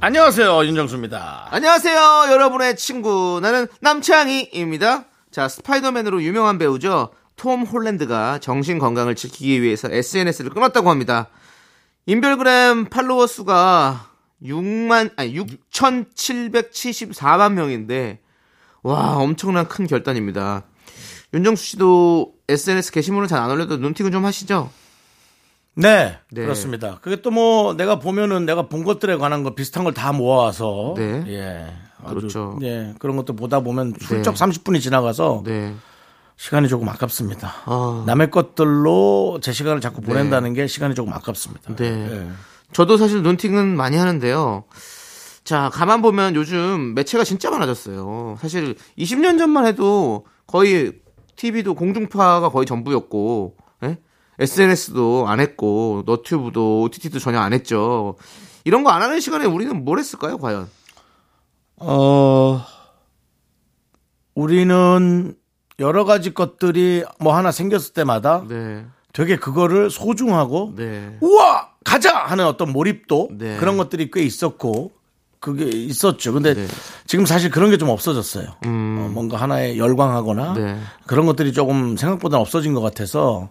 안녕하세요 윤정수입니다 안녕하세요, 여러분의 친구. 나는 남창희입니다. 자, 스파이더맨으로 유명한 배우죠. 톰 홀랜드가 정신 건강을 지키기 위해서 SNS를 끊었다고 합니다. 인별그램 팔로워 수가 6만, 아니, 6,774만 명인데, 와, 엄청난 큰 결단입니다. 윤정수 씨도 SNS 게시물을 잘 안 올려도 눈팅은 좀 하시죠? 네, 네. 그렇습니다. 그게 또 뭐 내가 보면은 내가 본 것들에 관한 거 비슷한 걸 다 모아서 네. 예. 아주, 그렇죠. 예. 그런 것도 보다 보면 훌쩍 네. 30분이 지나가서 네. 시간이 조금 아깝습니다. 아. 남의 것들로 제 시간을 자꾸 보낸다는 게 시간이 조금 아깝습니다. 네. 예. 저도 사실 눈팅은 많이 하는데요. 자, 가만 보면 요즘 매체가 진짜 많아졌어요. 사실 20년 전만 해도 거의 TV도 공중파가 거의 전부였고, SNS도 안 했고, 너튜브도 OTT도 전혀 안 했죠. 이런 거 안 하는 시간에 우리는 뭘 했을까요, 과연? 어 우리는 여러 가지 것들이 뭐 하나 생겼을 때마다 네. 되게 그거를 소중하고 네. 우와 가자 하는 어떤 몰입도 네. 그런 것들이 꽤 있었고 그게 있었죠. 근데 네. 음. 지금 사실 그런 게 좀 없어졌어요. 어, 뭔가 하나에 열광하거나 네. 그런 것들이 조금 생각보다 없어진 것 같아서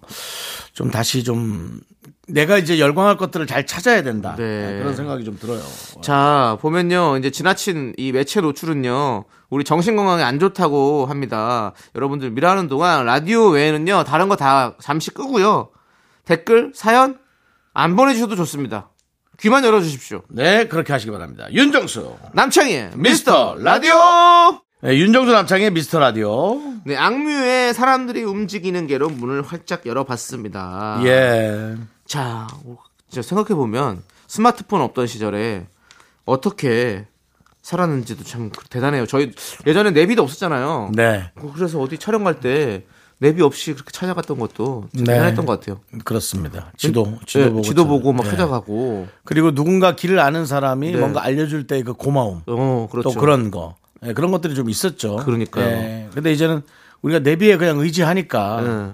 좀 다시 좀 내가 이제 열광할 것들을 잘 찾아야 된다 네. 그런 생각이 좀 들어요. 자, 보면요. 이제 지나친 이 매체 노출은요. 우리 정신건강에 안 좋다고 합니다. 여러분들 일하는 동안 라디오 외에는요. 다른 거 다 잠시 끄고요. 댓글, 사연 안 보내주셔도 좋습니다. 귀만 열어주십시오. 네 그렇게 하시기 바랍니다. 윤정수 남창희의 미스터 라디오 네, 윤정수 남창의 미스터 라디오 네, 악뮤의 사람들이 움직이는 게로 문을 활짝 열어봤습니다. 예 자, 생각해보면 스마트폰 없던 시절에 어떻게 살았는지도 참 대단해요. 저희 예전에 내비도 없었잖아요. 네. 어, 그래서 어디 촬영 갈 때 내비 없이 그렇게 찾아갔던 것도 진짜 네. 대단했던 것 같아요. 그렇습니다. 지도, 지도 예, 보고. 지도 보고 막 네. 찾아가고. 그리고 누군가 길을 아는 사람이 네. 뭔가 알려줄 때 그 고마움. 어, 그렇죠. 또 그런 거. 예, 그런 것들이 좀 있었죠. 그러니까요. 예, 근데 이제는 우리가 내비에 그냥 의지하니까 예.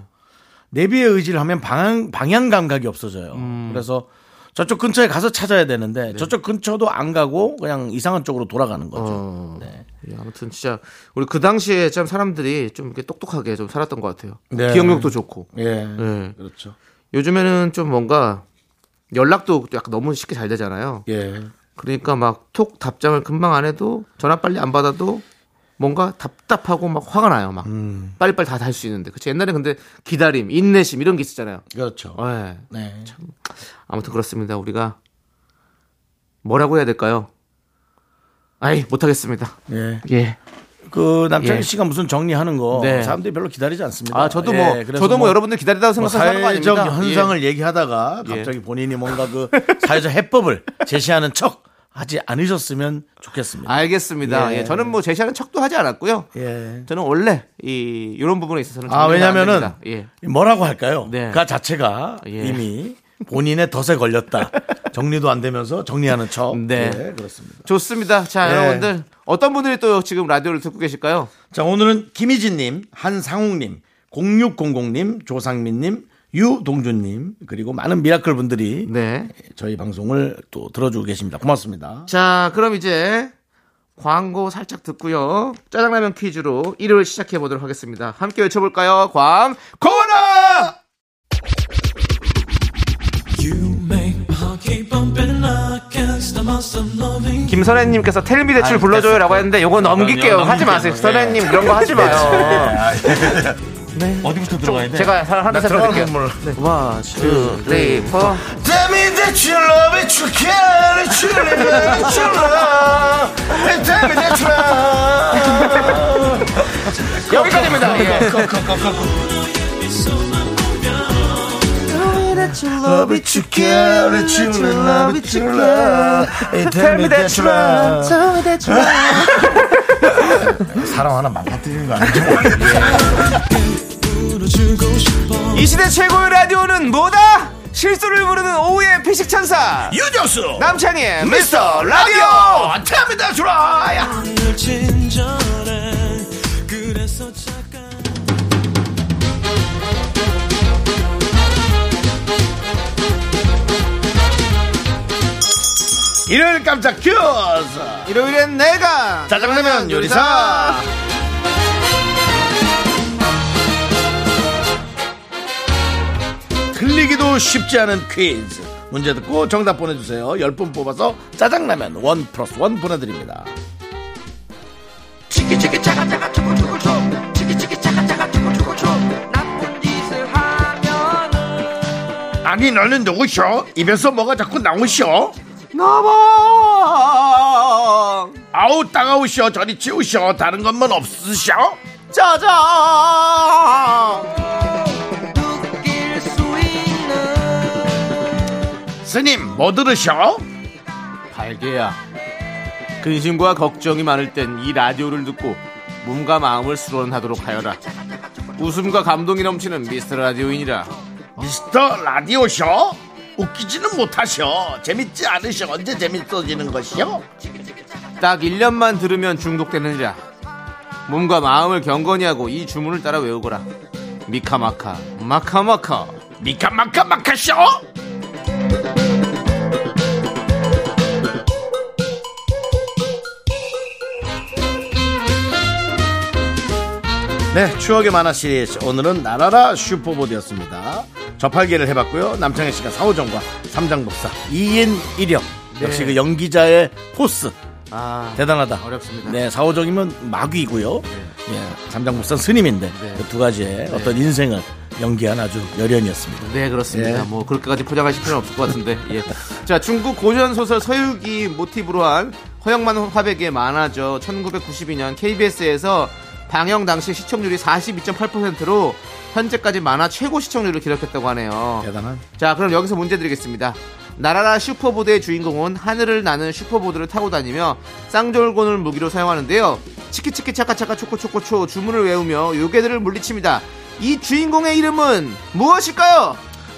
내비에 의지를 하면 방향, 방향 감각이 없어져요. 음. 그래서 저쪽 근처에 가서 찾아야 되는데 네. 저쪽 근처도 안 가고 그냥 이상한 쪽으로 돌아가는 거죠. 어. 예, 아무튼 진짜 우리 그 당시에 참 사람들이 좀 이렇게 똑똑하게 좀 살았던 것 같아요. 네. 기억력도 좋고. 예. 예. 그렇죠. 요즘에는 좀 뭔가 연락도 약간 너무 쉽게 잘 되잖아요. 예. 그러니까 막 톡 답장을 금방 안 해도 전화 빨리 안 받아도 뭔가 답답하고 막 화가 나요. 막 음. 빨리빨리 다 할 수 있는데. 그치 옛날에 근데 기다림, 인내심 이런 게 있었잖아요. 그렇죠. 예. 네. 아무튼 그렇습니다. 우리가 뭐라고 해야 될까요? 아이 못하겠습니다. 예. 예. 그 남창희 예. 씨가 무슨 정리하는 거 네. 사람들이 별로 기다리지 않습니다. 아 저도 예, 뭐 그래서 저도 뭐 여러분들 기다리다고 뭐 생각해서 하는 거 예. 사회적 아닙니다. 현상을 얘기하다가 갑자기 본인이 뭔가 그 사회적 해법을 제시하는 척 하지 않으셨으면 예. 좋겠습니다. 알겠습니다. 예. 예, 저는 뭐 제시하는 척도 하지 않았고요. 예. 저는 원래 이 이런 부분에 있어서는 아 정리가 안 왜냐면은 됩니다. 예. 뭐라고 할까요? 네. 그 자체가 예. 이미 본인의 덫에 걸렸다. 정리도 안 되면서 정리하는 척. 네. 예, 그렇습니다. 좋습니다. 자 예. 여러분들 어떤 분들이 또 지금 라디오를 듣고 계실까요? 자 오늘은 김희진님, 한상욱님, 0600님, 조상민님, 유동준님 그리고 많은 미라클 분들이 네. 저희 방송을 또 들어주고 계십니다. 고맙습니다. 자, 그럼 이제 광고 살짝 듣고요. 짜장라면 퀴즈로 일요일 시작해 보도록 하겠습니다. 함께 외쳐볼까요? 광 고나! 김선혜님께서 아, 텔미대출 불러줘요라고 했는데 요거 넘길게요. 하지 예. 마세요. 선혜님 이런 거 하지 마요. 네. 어디부터 들어가야 돼? 네. 제가 하나 하나 드릴게요. 네. 원, 투, 쓰리, 포. Tell me that you love it, you care it, you live it, you love it. Tell me that you love 여기까지입니다. 예. 거, 거, 거, 거, 거. Tell me that that you love it, you care that you love it, you care. Tell me that you love, tell me that you love. 사랑 하나 망가뜨리는 거 아니죠? 이 시대 최고의 라디오는 뭐다? 실수를 부르는 오후의 피식 천사 유정수 남창희의 미스터 라디오. 탑니다 주라야 일요일 깜짝 큐즈 일요일엔 내가 짜장라면 요리사 틀리기도 쉽지 않은 퀴즈 문제 듣고 정답 보내주세요 10분 뽑아서 짜장라면 원 플러스 원 보내드립니다 아니 너는 누구셔? 입에서 뭐가 자꾸 나오셔? 너무 아우 따가우셔 저리 치우셔 다른 것만 없으셔? 짜잔. 스님 뭐 들으셔? 발개야. 근심과 걱정이 많을 땐 이 라디오를 듣고 몸과 마음을 수련하도록 하여라. 웃음과 감동이 넘치는 미스터 라디오인이라. 미스터 라디오셔? 웃기지는 못하셔 재밌지 않으셔 언제 재밌어지는 것이요? 딱 1년만 들으면 중독되느니라. 몸과 마음을 경건히 하고 이 주문을 따라 외우거라. 미카마카, 마카마카. 미카마카 마카쇼? 네, 추억의 만화 시리즈 오늘은 나라라 슈퍼보드였습니다. 저팔계를 해봤고요. 남창희 씨가 사오정과 삼장복사 2인 1역 네. 역시 그 연기자의 포스 아, 대단하다. 어렵습니다. 네, 사오정이면 마귀이고요. 예, 삼장복사 스님인데 네. 그 두 가지의 어떤 인생을 연기한 아주 열연이었습니다. 네, 그렇습니다. 예. 뭐, 그렇게까지 포장하실 필요는 없을 것 같은데. 예. 자, 중국 고전소설 서유기 모티브로 한 허영만 화백의 만화죠. 1992년 KBS에서 방영 당시 시청률이 42.8%로 현재까지 만화 최고 시청률을 기록했다고 하네요. 대단한. 자, 그럼 여기서 문제 드리겠습니다. 나라라 슈퍼보드의 주인공은 하늘을 나는 슈퍼보드를 타고 다니며 쌍절곤을 무기로 사용하는데요. 치키치키 차카차카 초코초코초 주문을 외우며 요괴들을 물리칩니다. 이 주인공의 이름은 무엇일까요?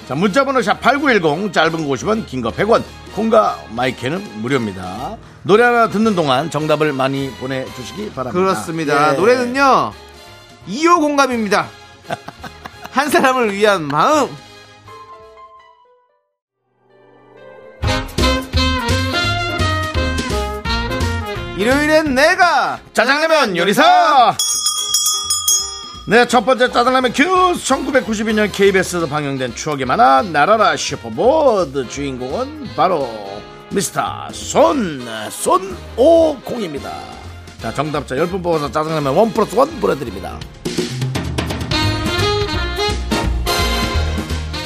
자, 문자번호 샵8910, 짧은 거 50원, 긴 거 100원, 콩과 마이크는 무료입니다. 노래 하나 듣는 동안 정답을 많이 보내주시기 바랍니다. 그렇습니다. 예. 노래는요. 2호 공감입니다. 한 사람을 위한 마음. 일요일엔 내가 짜장라면 요리사! 네, 첫 번째 짜장라면 큐! 1992년 KBS에서 방영된 추억의 만화, 나라라 슈퍼보드 주인공은 바로 미스터 손, 손오공입니다. 자, 정답자 10분 뽑아서 짜장라면 원 플러스 원 보내드립니다.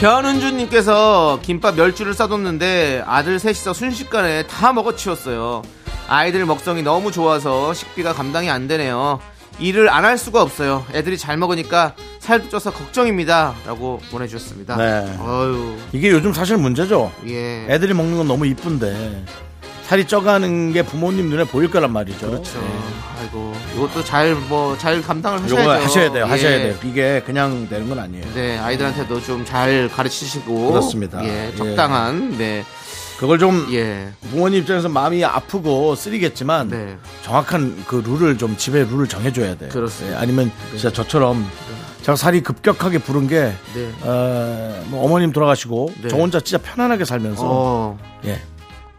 변은주님께서 김밥 10줄을 싸뒀는데 아들 셋이서 순식간에 다 먹어치웠어요. 아이들 먹성이 너무 좋아서 식비가 감당이 안 되네요. 일을 안 할 수가 없어요. 애들이 잘 먹으니까 살도 쪄서 걱정입니다. 라고 보내주셨습니다. 네. 어유 이게 요즘 사실 문제죠. 예. 애들이 먹는 건 너무 이쁜데 살이 쪄가는 게 부모님 눈에 보일 거란 말이죠. 그렇죠. 아이고. 이것도 잘, 뭐, 잘 감당을 하셔야 요거 돼요. 하셔야 돼요. 하셔야 예. 돼요. 이게 그냥 되는 건 아니에요. 네, 아이들한테도 좀 잘 가르치시고. 그렇습니다. 예, 예. 적당한, 네. 그걸 좀 예. 부모님 입장에서 마음이 아프고 쓰리겠지만 네. 정확한 그 룰을 좀 집에 룰을 정해줘야 돼요. 그렇습니다. 예, 아니면 진짜 저처럼 제가 살이 급격하게 부른 게 네. 어, 머님 돌아가시고 네. 저 혼자 진짜 편안하게 살면서 어, 예.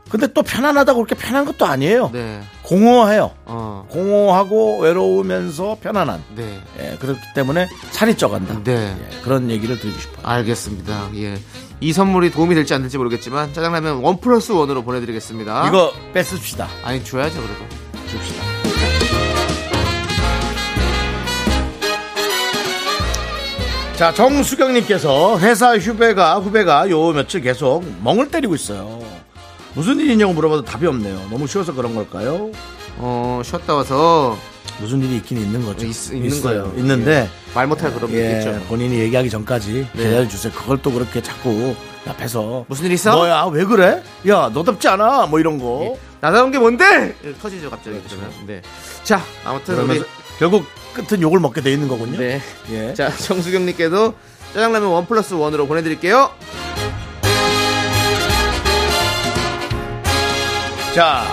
근데 또 편안하다고 그렇게 편한 것도 아니에요. 네. 공허해요. 어, 공허하고 외로우면서 편안한 네. 예, 그렇기 때문에 살이 쪄간다 네. 예, 그런 얘기를 드리고 싶어요 알겠습니다. 예. 이 선물이 도움이 될지 안 될지 모르겠지만 짜장라면 원 플러스 원으로 보내드리겠습니다. 이거 뺏읍시다 아니 줘야죠 그래도. 줍시다 자 정수경님께서 회사 후배가 후배가 요 며칠 계속 멍을 때리고 있어요 무슨 일이냐고 물어봐도 답이 없네요 너무 쉬워서 그런 걸까요 어 쉬었다 와서 무슨 일이 있긴 있는 거죠. 있- 있는 있어요. 거예요. 있는데 말 못할 그런 게 예, 있죠. 본인이 얘기하기 전까지 네. 기다려 주세요. 그걸 또 그렇게 자꾸 옆에서 무슨 일 있어? 예. 뭐야 아, 왜 그래? 야 너답지 않아? 뭐 이런 거. 나다운 게 뭔데? 이렇게 터지죠 갑자기. 그러면. 네. 자 아무튼 우리 그러면서 결국 끝은 욕을 먹게 돼 있는 거군요. 예. 네. 예. 자 정수경님께도 짜장라면 원 플러스 원으로 보내드릴게요. 자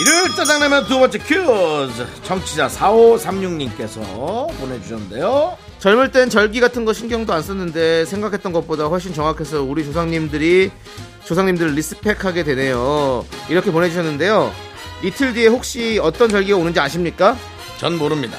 일요일 짜장라면 두 번째 퀴즈 정치자 4536님께서 보내주셨는데요 젊을 땐 절기 같은 거 신경도 안 썼는데 생각했던 것보다 훨씬 정확해서 우리 조상님들이 조상님들을 리스펙하게 되네요. 이렇게 보내주셨는데요. 이틀 뒤에 혹시 어떤 절기가 오는지 아십니까? 전 모릅니다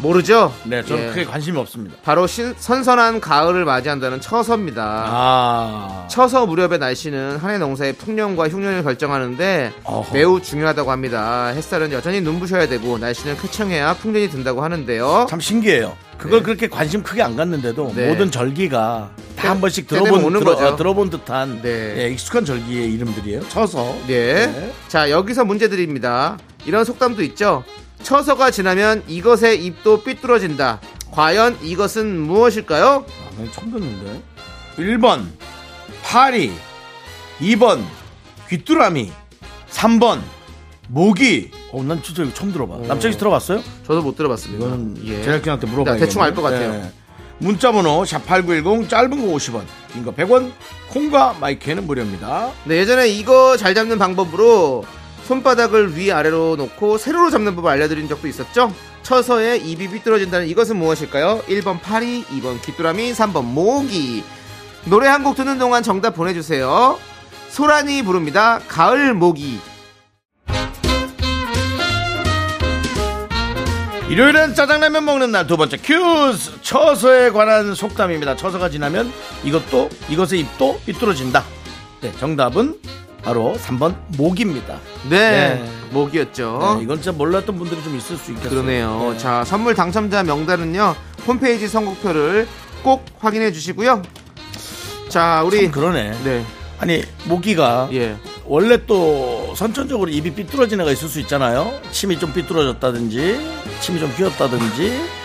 모르죠? 네 저는 예. 크게 관심이 없습니다 바로 신- 선선한 가을을 맞이한다는 처서입니다. 아 처서 무렵의 날씨는 한 해 농사의 풍년과 흉년을 결정하는데 어허. 매우 중요하다고 합니다. 햇살은 여전히 눈부셔야 되고 날씨는 쾌청해야 풍년이 든다고 하는데요. 참 신기해요 그걸 네. 그렇게 관심 크게 안 갔는데도 네. 모든 절기가 다 때- 한 번씩 때되면 들어본 오는 들어, 거죠. 어, 들어본 듯한 네. 예, 익숙한 절기의 이름들이에요 쳐서 네. 네. 자, 여기서 문제 드립니다. 이런 속담도 있죠. 처서가 지나면 이것의 입도 삐뚤어진다. 과연 이것은 무엇일까요? 아, 나 이거 처음 듣는데 1번 파리 2번 귀뚜라미 3번 모기 어, 난 진짜 이거 처음 들어봐 남자기 들어봤어요? 저도 못 들어봤습니다. 이거는 예. 제작진한테 물어봐야 예. 나 대충 알것 같아요. 문자번호 샵8910 짧은 거 50원 긴 거 100원 콩과 마이크는 무료입니다 네, 예전에 이거 잘 잡는 방법으로 손바닥을 위 아래로 놓고 세로로 잡는 법을 알려드린 적도 있었죠. 처서에 입이 삐뚤어진다는 이것은 무엇일까요? 1번 파리, 2번 귀뚜라미, 3번 모기. 노래 한 곡 듣는 동안 정답 보내주세요. 소란이 부릅니다. 가을 모기. 일요일엔 짜장라면 먹는 날 두 번째 큐즈 처서에 관한 속담입니다 처서가 지나면 이것도 이것의 입도 삐뚤어진다 네 정답은 바로 3번 모기입니다 네, 네. 모기였죠. 네, 이건 진짜 몰랐던 분들이 좀 있을 수 있겠어요. 어? 그러네요. 네. 자, 선물 당첨자 명단은요. 홈페이지 선곡표를 꼭 확인해 주시고요. 자, 우리 참 그러네. 네. 아니 모기가 예. 원래 또 선천적으로 입이 삐뚤어진 애가 있을 수 있잖아요. 침이 좀 삐뚤어졌다든지, 침이 좀 휘었다든지.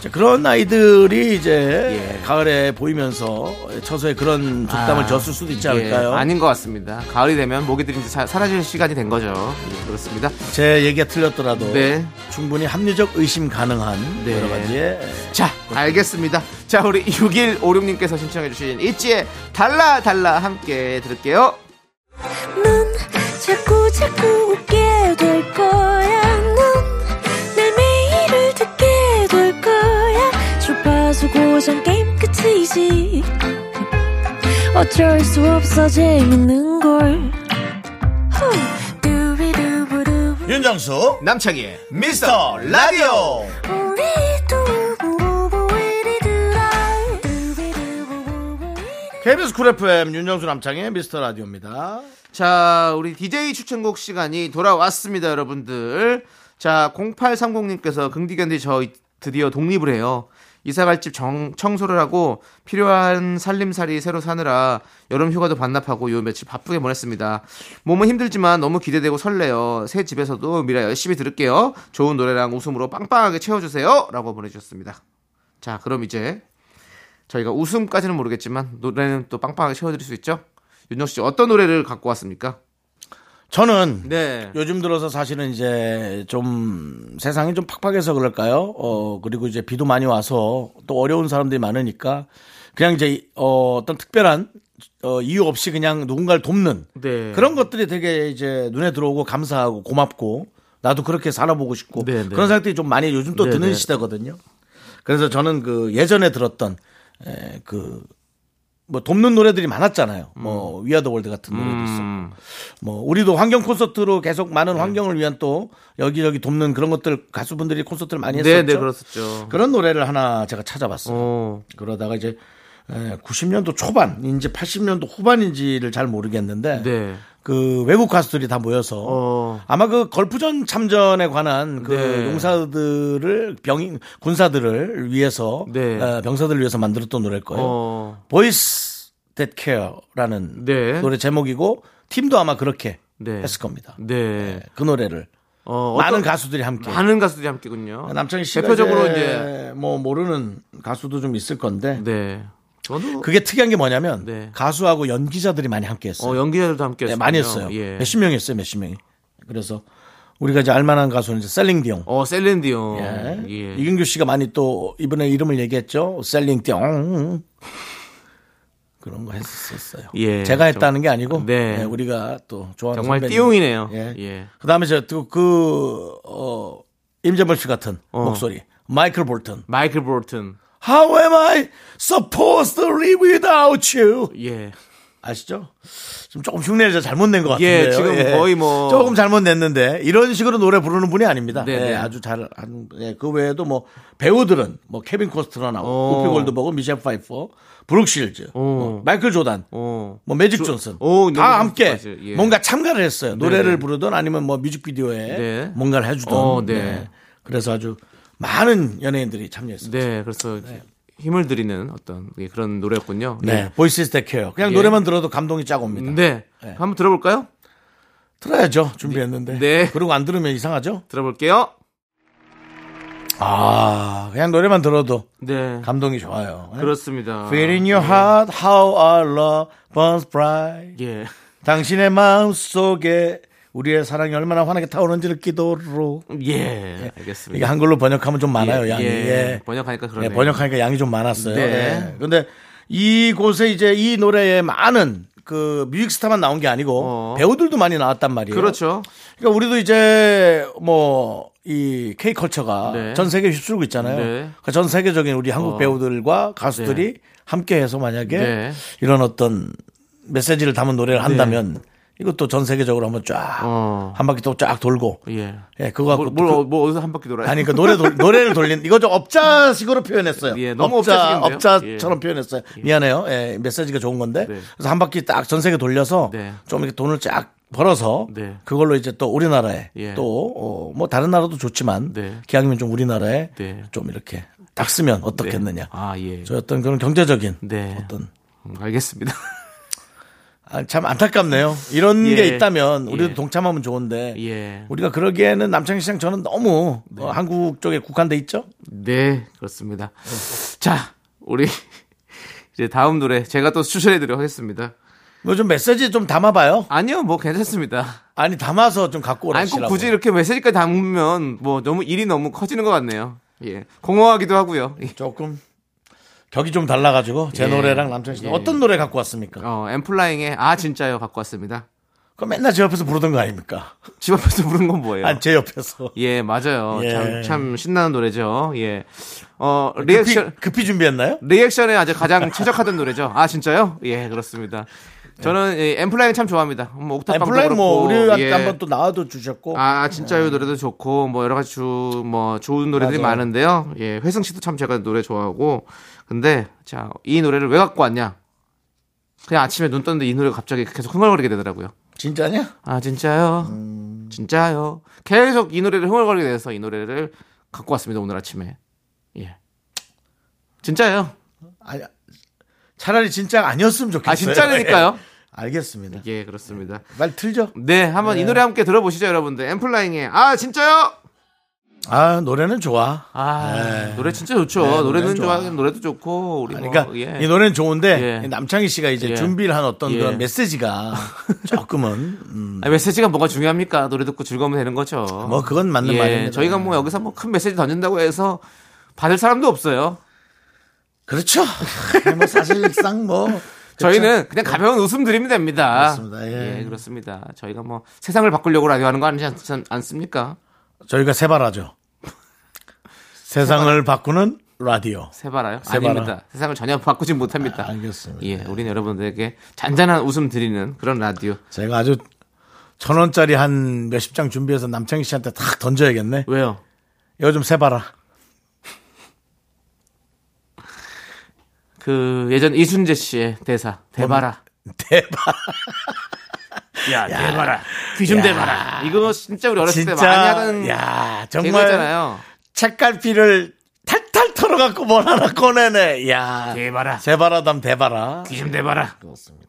자, 그런 아이들이 이제 예. 가을에 보이면서 처소에 그런 족담을 아, 졌을 수도 있지 예, 않을까요? 아닌 것 같습니다. 가을이 되면 모기들이 이제 사, 라질 시간이 된 거죠. 예, 그렇습니다. 제 얘기가 틀렸더라도 네. 충분히 합리적 의심 가능한 네. 여러 가지의 자, 알겠습니다. 자, 우리 6156님께서 신청해 주신 있지의 달라 달라 함께 들을게요. 넌 자꾸 자꾸 웃게 될 거야. 넌내 매일을 듣게 될 거야. 주파수 고정 게임 끝이지. 어쩔 수 없어 재밌는 걸. 후. 두비두부두. 윤정수 남창희의 미스터 라디오 우리 두부부부리두라. 두비두부부부리두. KBS 쿨 FM 윤정수 남창의 미스터 라디오입니다. 자, 우리 DJ 추천곡 시간이 돌아왔습니다, 여러분들. 자, 0830님께서 긍디견디 저 이- 드디어 독립을 해요. 이사갈 집 정- 청소를 하고 필요한 살림살이 새로 사느라 여름 휴가도 반납하고 요 며칠 바쁘게 보냈습니다. 몸은 힘들지만 너무 기대되고 설레요. 새 집에서도 미라 열심히 들을게요. 좋은 노래랑 웃음으로 빵빵하게 채워주세요. 라고 보내주셨습니다. 자, 그럼 이제 저희가 웃음까지는 모르겠지만 노래는 또 빵빵하게 채워드릴 수 있죠? 윤정씨 어떤 노래를 갖고 왔습니까? 저는 네. 요즘 들어서 사실은 이제 좀 세상이 좀 팍팍해서 그럴까요? 어, 그리고 이제 비도 많이 와서 또 어려운 사람들이 많으니까 그냥 이제 어, 어떤 특별한 어, 이유 없이 그냥 누군가를 돕는 네. 그런 것들이 되게 이제 눈에 들어오고 감사하고 고맙고 나도 그렇게 살아보고 싶고 네, 네. 그런 생각들이 좀 많이 요즘 또 네, 드는 네. 시대거든요. 그래서 저는 그 예전에 들었던 에, 그 뭐 돕는 노래들이 많았잖아요. 뭐 음. 위아더 월드 같은 노래도 있었고, 뭐 우리도 환경 콘서트로 계속 네. 많은 환경을 위한 또 여기저기 돕는 그런 것들 가수분들이 콘서트를 많이 했었죠. 네, 네, 그렇었죠. 런 노래를 하나 제가 찾아봤어요. 어. 그러다가 이제 90년도 초반인지 80년도 후반인지를 잘 모르겠는데 네. 그 외국 가수들이 다 모여서 어. 아마 그 걸프전 참전에 관한 그 네. 용사들을 병인 군사들을 위해서 네. 어, 병사들을 위해서 만들었던 노래일 거예요. 어. 보이스 댓 케어라는 네. 노래 제목이고 팀도 아마 그렇게 네. 했을 겁니다. 네. 그 노래를 어, 많은 어떤- 가수들이 함께. 많은 가수들이 함께군요. 남창희 씨가 대표적으로 이제 이제 뭐 모르는 가수도 좀 있을 건데 네. 저도 그게 특이한 게 뭐냐면 네. 가수하고 연기자들이 많이 함께 했어요. 어, 연기자들도 함께 네, 했어요. 많이 했어요. 예. 몇십 명이 했어요, 몇십 명이. 그래서 우리가 이제 알만한 가수는 이제 셀링디옹. 어, 셀렌디온. 예. 예. 이근규 씨가 많이 또 이번에 이름을 얘기했죠. 셀링디옹. 그런 거 했었어요. 예, 제가 했다는 게 아니고 네. 네, 우리가 또 좋아하는 정말 선배님. 띠용이네요. 예. 예. 그다음에 저또그 어, 임재범 씨 같은 어. 목소리. 마이클 볼튼. 마이클 볼튼. How am I supposed to live without you? 예. 아시죠? 지금 조금 흉내를 잘못 낸 것 같은데요. 예, 지금 거의 뭐- 조금 잘못 냈는데 이런 식으로 노래 부르는 분이 아닙니다. 네, 예, 네. 아주 잘 한- 예, 그 외에도 뭐 배우들은 뭐 케빈 코스트로 나오고 어. 우피 골드버그, 미셸 파이퍼, 브룩 실즈, 뭐 마이클 조단, 어. 뭐 매직 조- 존슨 오, 너무 다 함께 좋았어요. 예. 뭔가 참가를 했어요. 노래를 네. 부르든 아니면 뭐 뮤직비디오에 네. 뭔가를 해주든. 어, 네. 예. 그래서 아주 많은 연예인들이 참여했어요. 네, 그래서 힘을 드리는 어떤 예, 그런 노래였군요. 네, 보이스 테 케어. 그냥 예. 노래만 들어도 감동이 짝 옵니다. 예. 네. 한번 들어볼까요? 들어야죠. 준비했는데. 네. 그리고 안 들으면 이상하죠? 들어볼게요. 아, 그냥 노래만 들어도 네. 감동이 좋아요. 그렇습니다. 네. Feel in your heart how our love burns bright. 예. 당신의 마음 속에 우리의 사랑이 얼마나 환하게 타오르는지를 기도로. 네. 예. 알겠습니다. 이게 한글로 번역하면 좀 많아요, 예, 양이. 예. 예. 번역하니까 그러네요. 예, 번역하니까 양이 좀 많았어요. 네. 네. 근데 이곳에 이제 이 노래에 많은 그 뮤직스타만 나온 게 아니고 어. 배우들도 많이 나왔단 말이에요. 그렇죠. 그러니까 우리도 이제 뭐 이 K컬처가 네. 전 세계에 휩쓸고 있잖아요. 네. 그러니까 전 세계적인 우리 한국 어. 배우들과 가수들이 함께해서 만약에 네. 이런 어떤 메시지를 담은 노래를 한다면 이것도 전 세계적으로 한번 쫙 한 어. 바퀴 또 쫙 돌고 예, 예. 그거 갖고 뭘, 뭘, 그- 어- 뭐 어디서 한 바퀴 돌아요? 아니, 그 노래 돌, 노래를 돌린, 이거 좀 업자식으로 표현했어요. 예, 너무 업자식인데요? 업자처럼 예. 표현했어요. 미안해요. 예, 메시지가 좋은 건데. 네. 그래서 한 바퀴 딱 전 세계 돌려서 네. 좀 이렇게 돈을 쫙 벌어서 네. 그걸로 이제 또 우리나라에 예. 또, 어, 뭐 다른 나라도 좋지만 네. 기왕이면 좀 우리나라에 네. 좀 이렇게 딱 쓰면 어떻겠느냐. 아, 예. 저 어떤 그런 경제적인 네. 어떤 음, 알겠습니다. 아, 참 안타깝네요. 이런 예. 게 있다면 우리도 예. 동참하면 좋은데 예. 우리가 그러기에는 남창희 시장 저는 너무 어, 한국 쪽에 국한돼 있죠. 네, 그렇습니다. 자, 우리 이제 다음 노래 제가 또 추천해 드리도록 하겠습니다. 뭐 좀 메시지 좀 담아봐요. 아니요, 뭐 괜찮습니다. 아니 담아서 좀 갖고 아니 꼭 오라시라고. 굳이 이렇게 메시지까지 담으면 뭐 너무 일이 너무 커지는 것 같네요. 예. 공허하기도 하고요. 예. 조금 격이 좀 달라가지고 제 예. 노래랑 남창희 씨 예. 어떤 노래 갖고 왔습니까? 어, 엠플라잉의 아 진짜요 갖고 왔습니다. 그거 맨날 제 옆에서 부르던 거 아닙니까? 집 앞에서 부른 건 뭐예요? 아니 제 옆에서 예, 맞아요. 예. 그 참, 참 신나는 노래죠. 예. 어, 리액션. 급히, 급히 준비했나요? 리액션에 아주 가장 최적화된 노래죠. 아 진짜요? 예 그렇습니다. 저는 이 엠플라잉 참 좋아합니다. 뭐 옥탑방도 엠플라잉 뭐 그렇고, 우리한테 예. 한번 또 나와도 주셨고 아 진짜요 노래도 좋고 뭐 여러 가지 주, 뭐 좋은 노래들이 맞아요. 많은데요. 예 회승 씨도 참 제가 노래 좋아하고 근데 자 이 노래를 왜 갖고 왔냐? 그냥 아침에 눈 떴는데 이 노래가 갑자기 계속 흥얼거리게 되더라고요. 진짜냐? 아 진짜요? 음. 진짜요? 계속 이 노래를 흥얼거리게 돼서 이 노래를 갖고 왔습니다 오늘 아침에. 예 진짜요? 아니 차라리 진짜가 아니었으면 좋겠어요. 아 진짜니까요? 예. 알겠습니다. 예 그렇습니다. 말 틀죠? 네, 한번 이 노래 함께 들어보시죠, 여러분들. 엠플라잉의 아 진짜요? 아 노래는 좋아. 아 예. 노래 진짜 좋죠. 노래는 노래는 좋아. 좋아, 노래도 좋고 우리 아니, 그러니까 뭐, 예. 이 노래는 좋은데 예. 남창희 씨가 이제 예. 준비를 한 어떤 예. 그런 메시지가 조금은 음, 아, 메시지가 뭐가 중요합니까? 노래 듣고 즐거우면 되는 거죠. 뭐 그건 맞는 예, 말입니다. 네. 저희가 뭐 여기서 뭐 큰 메시지 던진다고 해서 받을 사람도 없어요. 그렇죠. 뭐 사실상 뭐 저희는 그냥 가벼운 웃음 드리면 됩니다. 네. 그렇습니다. 예. 그렇습니다. 저희가 뭐 세상을 바꾸려고 라디오 하는 거 아니지 않, 습니까 저희가 세발하죠. 세상을 바꾸는 라디오. 세바라요? 세바라. 아닙니다. 세상을 전혀 바꾸지 못합니다. 아, 알겠습니다. 예, 우리는 여러분들에게 잔잔한 웃음 드리는 그런 라디오. 제가 아주 천 원짜리 한 몇십 장 준비해서 남창희 씨한테 탁 던져야겠네. 왜요? 이거 좀 세봐라. 그 예전 이순재 씨의 대사 음, 대바라 대박. 야 대바라 귀 좀 대바라 이거 진짜 우리 어렸을 때 많이 하던 진짜. 야 정말 개그잖아요 책갈피를 탈탈 털어갖고 뭘 하나 꺼내네. 야 대바라 세바라담 대바라. 귀 좀 대바라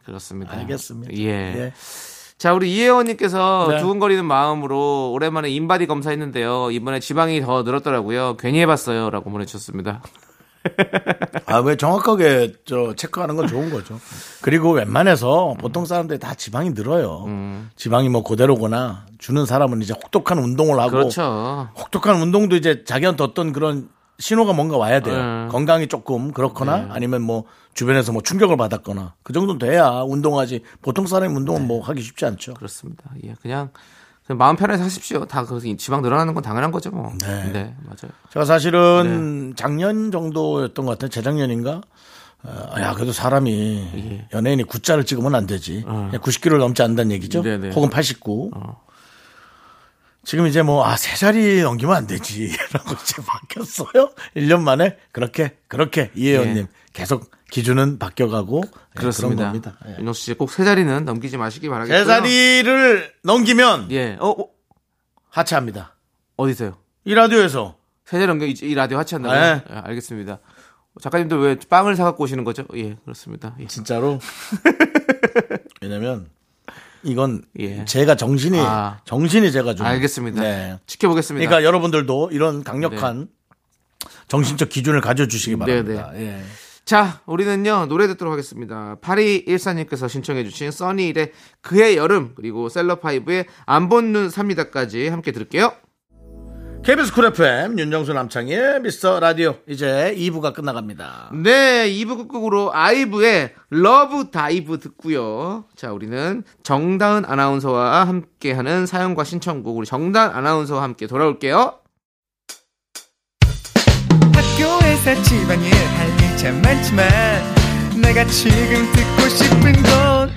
그렇습니다 알겠습니다. 예. 자, 우리 이혜원님께서 네. 두근거리는 마음으로 오랜만에 인바디 검사했는데요. 이번에 지방이 더 늘었더라고요. 괜히 해봤어요. 라고 보내주셨습니다. 아, 왜 정확하게 저 체크하는 건 좋은 거죠. 그리고 웬만해서 보통 사람들이 다 지방이 늘어요. 지방이 뭐 그대로거나 주는 사람은 이제 혹독한 운동을 하고 그렇죠. 혹독한 운동도 이제 자기한테 어떤 그런 신호가 뭔가 와야 돼요. 네. 건강이 조금 그렇거나 아니면 뭐 주변에서 뭐 충격을 받았거나 그 정도는 돼야 운동하지. 보통 사람이 운동은 네. 뭐 하기 쉽지 않죠. 그렇습니다. 예, 그냥, 그냥 마음 편해서 하십시오. 다 그 지방 늘어나는 건 당연한 거죠, 뭐. 네. 맞아요. 제가 사실은 네. 작년 정도였던 것 같아요. 재작년인가? 어, 야, 그래도 사람이 연예인이 9자를 찍으면 안 되지. 90kg 넘지 않는다는 얘기죠. 어. 네, 네. 혹은 89. 지금 이제 뭐, 아, 세 자리 넘기면 안 되지. 라고 이제 바뀌었어요. 1년 만에 그렇게, 그렇게 이혜원님 예. 계속 기준은 바뀌어가고 예, 그런 그렇습니다. 겁니다. 예. 윤정수 씨, 꼭 세 자리는 넘기지 마시기 바라겠고요. 세 자리를 넘기면 예. 어, 어 하차합니다. 어디세요? 이 라디오에서 세 자리 넘겨 이, 이 라디오 하차한다고. 네. 예, 알겠습니다. 작가님도 왜 빵을 사갖고 오시는 거죠? 예, 그렇습니다. 예. 진짜로 왜냐면 이건 예. 제가 정신이 아. 정신이 제가 좀 알겠습니다. 네. 지켜보겠습니다. 네. 그러니까 여러분들도 이런 강력한 정신적 기준을 음, 가져주시기 바랍니다. 예. 자, 우리는요, 노래 듣도록 하겠습니다. 8214님께서 신청해주신 써니일의 그해 여름, 그리고 셀러파이브의 안 본 눈 삽니다까지 함께 들을게요. KBS 쿨 FM 윤정수 남창희의 미스터 라디오 이제 2부가 끝나갑니다. 네, 2부 끝곡으로 아이브의 러브 다이브 듣고요. 자, 우리는 정다은 아나운서와 함께하는 사연과 신청곡 우리 정다은 아나운서와 함께 돌아올게요. 학교에서 집안일 할 일 참 많지만 내가 지금 듣고 싶은 건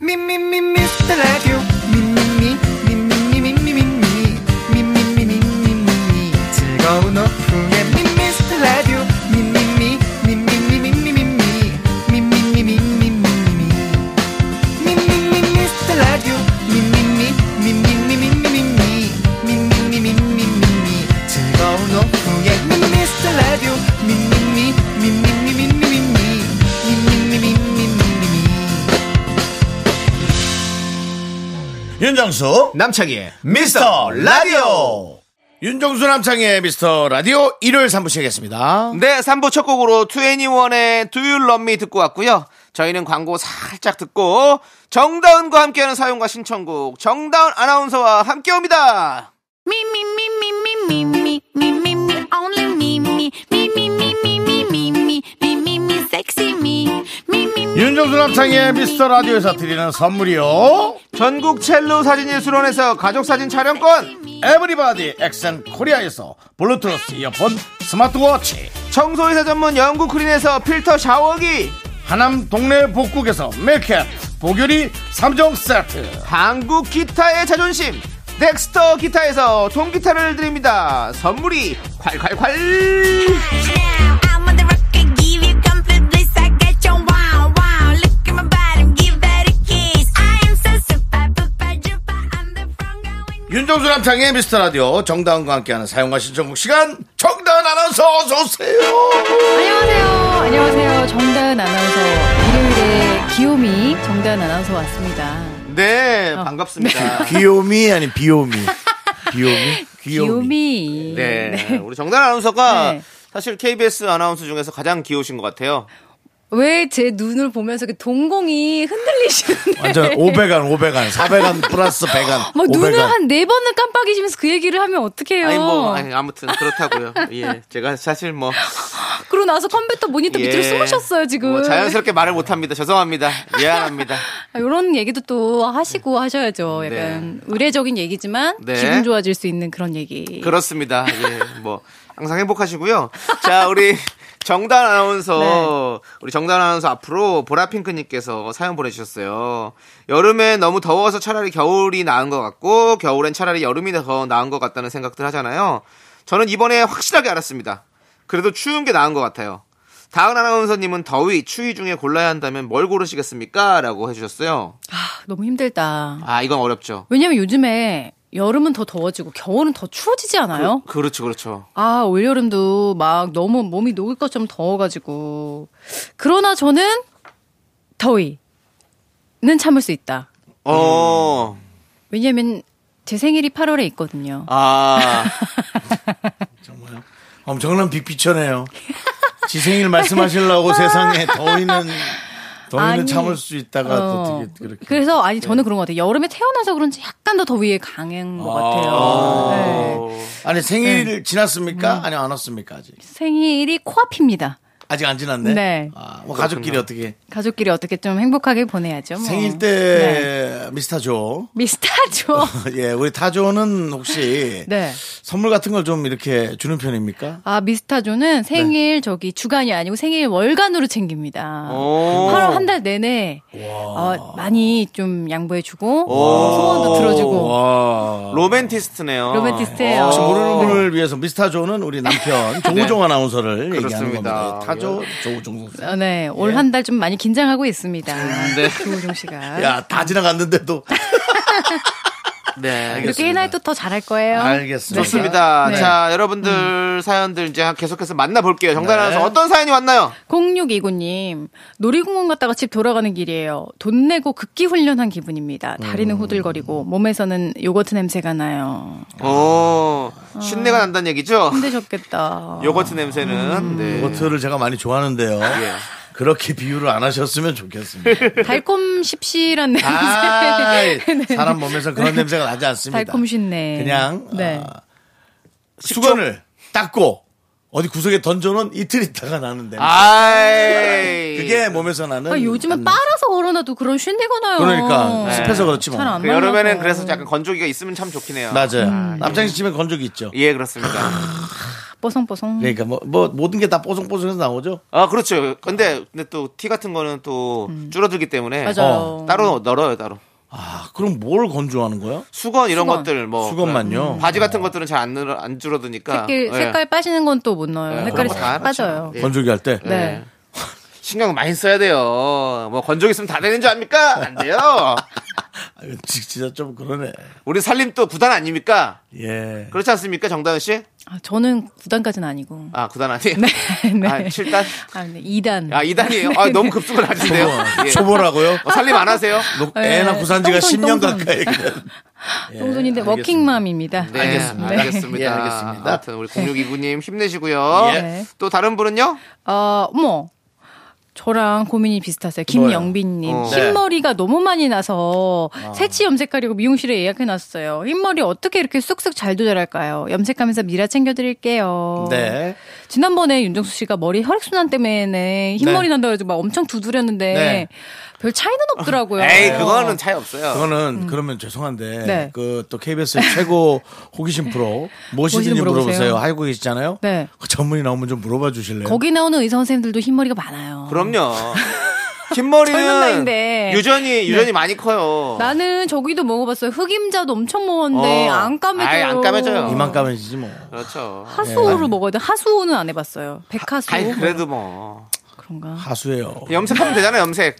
미미미 미스터 라디오 미미미 미미미 미미미 미미미 미미미 즐거운 오후에 미스터 라디오 미미미 미미미 미미미 미미미 미미미 윤정수 남창희의 미스터 라디오 윤정수 남창희의 미스터 라디오 일요일 3부 시작했습니다. 네, 3부 첫 곡으로 2NE1의 Do You Love Me 듣고 왔고요. 저희는 광고 살짝 듣고 정다은과 함께하는 사연과 신청곡 정다은 아나운서와 함께 옵니다. Me, me, me, me, me, me, me, me, me, me, only me, me, me, me, me, me, me, me, me, me, me, me, sexy me, me, me, me. 윤정수 남창희의 미스터 라디오에서 드리는 선물이요. 전국 첼로 사진예술원에서 가족사진 촬영권 에브리바디 엑센 코리아에서 블루투스 이어폰 스마트워치 청소회사 전문 영국 크린에서 필터 샤워기 하남 동네 복국에서 밀켓 보교리 3종 세트 한국 기타의 자존심 덱스터 기타에서 통기타를 드립니다 선물이 콸콸콸 Now, I'm on the rocket, give you comfort, bliss, I got your wow, wow. Look at my bottom, give that a kiss. I am so super, super, duper, I'm the front going. 윤정수 남창의 미스터라디오 정다은과 함께하는 사용과 신청국 시간 정다은 아나운서 어서오세요 안녕하세요. 안녕하세요. 정다은 아나운서. 일요일에 귀요미 정다은 아나운서 왔습니다. 네 어. 반갑습니다 귀요미 아니 비요미 비요미 귀요미. 네, 우리 정단 아나운서가 네. 사실 KBS 아나운서 중에서 가장 귀여우신 것 같아요 왜 제 눈을 보면서 이렇게 동공이 흔들리시는데. 완전 500안 500안 400안 플러스 100안 막 눈을 한 네 번을 깜빡이시면서 그 얘기를 하면 어떡해요. 아니 뭐 아니, 아무튼 그렇다고요 예 제가 사실 뭐 그러고 나서 컴퓨터 모니터 예, 아, 밑으로 숨으셨어요, 지금. 뭐 자연스럽게 말을 못합니다 죄송합니다 미안합니다 이런 아, 얘기도 또 하시고 하셔야죠. 네. 약간 의례적인 얘기지만 네. 기분 좋아질 수 있는 그런 얘기. 그렇습니다. 예, 뭐 항상 행복하시고요. 자, 우리 정단 아나운서, 우리 정단 아나운서 앞으로 보라핑크님께서 사연 보내주셨어요. 여름에 너무 더워서 차라리 겨울이 나은 것 같고 겨울엔 차라리 여름이 더 나은 것 같다는 생각들 하잖아요. 저는 이번에 확실하게 알았습니다. 그래도 추운 게 나은 것 같아요. 다은 아나운서님은 더위, 추위 중에 골라야 한다면 뭘 고르시겠습니까? 라고 해주셨어요. 아, 너무 힘들다. 아, 이건 어렵죠. 왜냐면 요즘에 여름은 더 더워지고 겨울은 더 추워지지 않아요? 그렇죠, 그렇죠. 아, 올여름도 막 너무 몸이 녹을 것처럼 더워가지고. 그러나 저는 더위는 참을 수 있다. 어. 왜냐면 제 생일이 8월에 있거든요. 아. 정말 엄청난 빅피처네요. 지 생일 말씀하시려고 세상에 더위는 더위는 아. 아니, 참을 수 있다가 또 어. 어떻게 그렇게 그래서 아니 저는 그런 것 같아요. 여름에 태어나서 그런지 약간 더 더위에 강한 것 같아요. 네. 음. 아니 생일 지났습니까? 아니 안 왔습니까 아직 생일이 코앞입니다. 아직 안 지났네. 네. 아, 뭐 가족끼리 어떻게 가족끼리 어떻게 좀 행복하게 보내야죠. 뭐. 생일 때 네. 미스타조 미스타죠. 예 우리 타조는 혹시 네. 선물 같은 걸 좀 이렇게 주는 편입니까? 아 네. 미스타조는 생일 저기 주간이 아니고 생일 월간으로 챙깁니다. 오. 하루 한 달 내내 어, 많이 좀 양보해주고 소원도 들어주고 와. 로맨티스트네요. 로맨티스트예요. 혹시 모르는 분을 위해서 미스타조는 우리 남편 네. 조우종 아나운서를 얘기하는 그렇습니다. 예. 겁니다. 타조 조우종 선수. 어, 네, 올 예. 한 달 좀 많이 긴장하고 있습니다. 조우종 씨가. 네. 야, 다 지나갔는데도. 네. 이렇게 해놔야 또 더 잘할 거예요. 알겠습니다. 좋습니다. 네. 자, 여러분들 사연들 이제 계속해서 만나볼게요. 정단아서 어떤 사연이 왔나요? 0629님, 놀이공원 갔다가 집 돌아가는 길이에요. 돈 내고 극기 훈련한 기분입니다. 음. 다리는 후들거리고 몸에서는 요거트 냄새가 나요. 오, 신내가 난다는 얘기죠? 음. 힘드셨겠다. 요거트 냄새는. 네. 요거트를 제가 많이 좋아하는데요. 그렇게 비유를 안 하셨으면 좋겠습니다. 달콤 십실한 냄새. 네, 아, 사람 몸에서 그런 냄새가 나지 않습니다. 달콤 쉽네. 그냥 네. 아, 수건을 닦고 어디 구석에 던져놓은 이틀 있다가 나는데 아이. 그게 몸에서 나는 아, 음, 요즘에 빨아서 걸어놔도 그런 쉰내가 나요. 그러니까 습해서 그렇지 뭐. 잘안 음. 그 말라서. 여름에는 그래서 약간 건조기가 있으면 참 좋긴 해요. 맞아요. 남창희 집에 건조기 있죠. 예, 그렇습니다. 뽀송뽀송. 네. 그러니까 뭐, 뭐 모든 게 다 뽀송뽀송해서 나오죠. 아, 그렇죠. 근데, 근데 또 티 같은 거는 또 줄어들기 때문에. 맞아요. 어, 따로 널어요, 따로. 아, 그럼 뭘 건조하는 거야? 수건 이런 수건. 것들 뭐. 수건만요? 어. 음. 바지 같은 것들은 잘 안 안 줄어드니까. 색깔, 예. 색깔 빠지는 건 또 못 넣어요. 예, 그런 색깔이 거다 싹 빠져요. 알았죠. 예. 건조기 할 때. 네. 예. 신경 많이 써야 돼요. 뭐 건조기 있으면 다 되는 줄 압니까? 안 돼요. 아, 지- 진짜 좀 그러네. 우리 살림 또 구단 아닙니까? 예. 그렇지 않습니까, 정다은 씨? 아, 저는 9단까지는 아니고. 아 구단 아니에요. 네, 네. 아, 7단? 아, 네. 2단. 네. 아 2단이에요. 아 너무 급속을 하시네요. 초보, 예. 초보라고요? 어, 살림 안 하세요? 녹- 예. 애 낳고 산 지가 똥손, 10년 똥손. 가까이. 그래요. 동순인데 워킹맘입니다. 네, 네, 알겠습니다. 알겠습니다. 예, 알겠습니다. 아무튼 우리 0629님 힘내시고요. 네. 예. 또 다른 분은요? 어, 뭐 저랑 고민이 비슷하세요. 김영빈님 어. 아. 흰머리가 너무 많이 나서 새치 염색하려고 미용실에 예약해 놨어요. 흰머리 어떻게 이렇게 쑥쑥 잘 조절할까요? 염색하면서 미라 챙겨드릴게요. 네. 지난번에 윤정수 씨가 머리 혈액순환 때문에 네. 흰머리 난다 그래서 막 엄청 두드렸는데 네. 별 차이는 없더라고요. 에이 그거는 차이 없어요. 그거는 그러면 죄송한데 음. 네. 그 또 KBS 의 최고 호기심 프로 무엇이든지 뭐시든 물어보세요. 물어보세요. 하고 계시잖아요. 네. 그 전문이 나오면 좀 물어봐 그- 주실래요? 거기 나오는 의사 선생님들도 흰머리가 많아요. 그럼요. 젊은 흰머리는 나이인데. 유전이 유전이 네. 많이 커요. 나는 저기도 먹어봤어요. 흑임자도 엄청 먹었는데 어. 안 까매져요. 아이, 안 까매져요. 이만 네. 까면지지 뭐. 그렇죠. 하수호를 먹어야 돼. 하수호는 안 해봤어요. 백하수. 아이 그래도 뭐 그런가? 하수예요. 염색하면 되잖아요. 염색.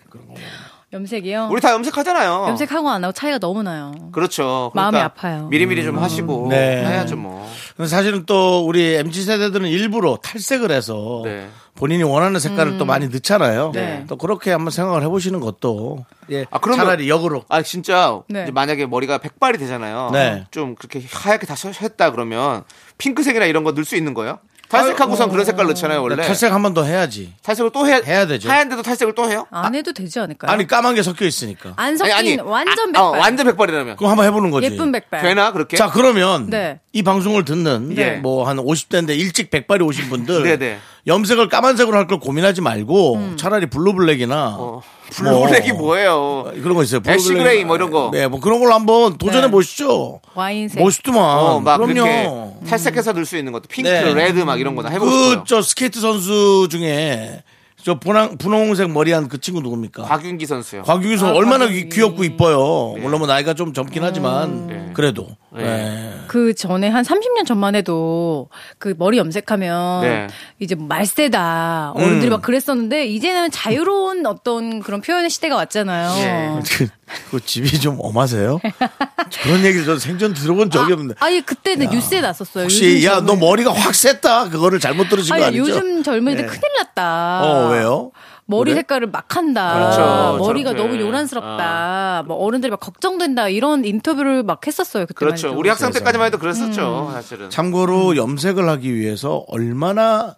염색이요? 어. 우리 다 염색하잖아요. 염색하고 안 하고 차이가 너무 나요. 그렇죠. 마음이 아파요. 미리미리 좀 하시고 네. 해야죠 뭐. 근데 사실은 또 우리 MZ 세대들은 일부러 탈색을 해서 네. 본인이 원하는 색깔을 또 많이 넣잖아요. 음. 네. 또 그렇게 한번 생각을 해보시는 것도 예. 아, 그러면- 차라리 역으로 아 진짜 네. 이제 만약에 머리가 백발이 되잖아요. 네. 좀 그렇게 하얗게 다시 했다 그러면 핑크색이나 이런 거 넣을 수 있는 거예요? 탈색하고선 그런 색깔 넣잖아요 원래. 탈색. 어, 네, 탈색 한 번 더 해야지. 을또 해야, 해야 되죠. 하얀데도 탈색을 또 해요? 안 해도 되지 않을까요? 아니 까만 게 섞여 있으니까. 안 섞인 완전 아, 백발. 어, 완전 백발이라면 그럼 한번 해보는 거지. 예쁜 백발. 되나 그렇게? 어, 자 그러면 네. 이 방송을 듣는 예. 뭐 한 50대인데 일찍 백발이 오신 분들 네, 네. 염색을 까만색으로 할 걸 고민하지 말고 음. 차라리 블루블랙이나 어, 블루블랙이 뭐 뭐. 예요 그런 거 있어요. 애쉬 블루블랙. 그레이 뭐 이런 거. 네, 뭐 그런 걸로 한번 도전해 네. 보시죠. 와인색. 멋있더만. 어, 막 그럼요. 그렇게 탈색해서 넣을 수 있는 것도 핑크, 네. 레드 막 이런 거다 해보고 그 싶어요. 저 스케이트 선수 중에 저 분홍, 분홍색 머리한 그 친구 누굽니까? 곽윤기 선수요. 곽유기 선수 아, 얼마나 곽윤기. 귀엽고 이뻐요. 물론 뭐 나이가 좀 젊긴 하지만 네. 그래도 네. 네. 그 전에 한 30년 전만 해도 그 머리 염색하면 네. 음. 이제 뭐 말세다 어른들이 막 그랬었는데 이제는 자유로운 어떤 그런 표현의 시대가 왔잖아요. 예. 그, 그 집이 좀 엄하세요? 그런 얘기를 저 생전 들어본 적이 없는데. 아니 그때는 뉴스에 났었어요. 혹시 요즘 야 젊은- 너 머리가 확 샜다 그거를 잘못 들으신 거 아니 아니죠? 요즘 젊은이들 네. 큰일 났다. 어 왜요? 머리 색깔을 막 한다. 그렇죠. 머리가 저렇게. 너무 요란스럽다. 뭐 어른들이 막 걱정된다. 이런 인터뷰를 막 했었어요. 그때 그렇죠. 우리 학생 때까지만 해도 음. 그랬었죠. 사실은. 참고로 음. 염색을 하기 위해서 얼마나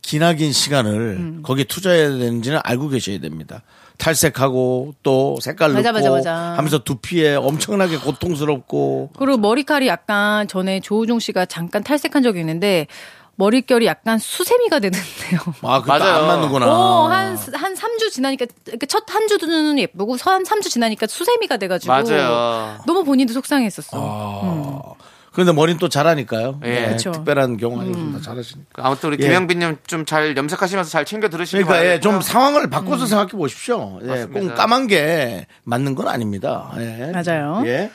기나긴 시간을 음. 거기에 투자해야 되는지는 알고 계셔야 됩니다. 탈색하고 또 색깔 맞아, 넣고 맞아, 맞아. 하면서 두피에 엄청나게 고통스럽고 그리고 머리칼이 약간 전에 조우종 씨가 잠깐 탈색한 적이 있는데 머릿결이 약간 수세미가 되는데요. 아 그거 맞아요. 안 맞는구나. 어, 한, 한 3주 지나니까, 이렇게 첫 한 주는 예쁘고, 서 한 3주 지나니까 수세미가 돼가지고. 맞아요. 너무 본인도 속상했었어. 아. 그런데 머리는 또 자라니까요. 예. 네, 음. 그렇죠. 특별한 경우 아니고 다 잘하시니까. 아무튼 우리 예. 김영빈님 좀 잘 염색하시면서 잘 챙겨 들으시고. 그러니까 예, 좀 상황을 바꿔서 생각해 보십시오. 예, 맞습니다. 꼭 까만 게 맞는 건 아닙니다. 예. 맞아요. 예.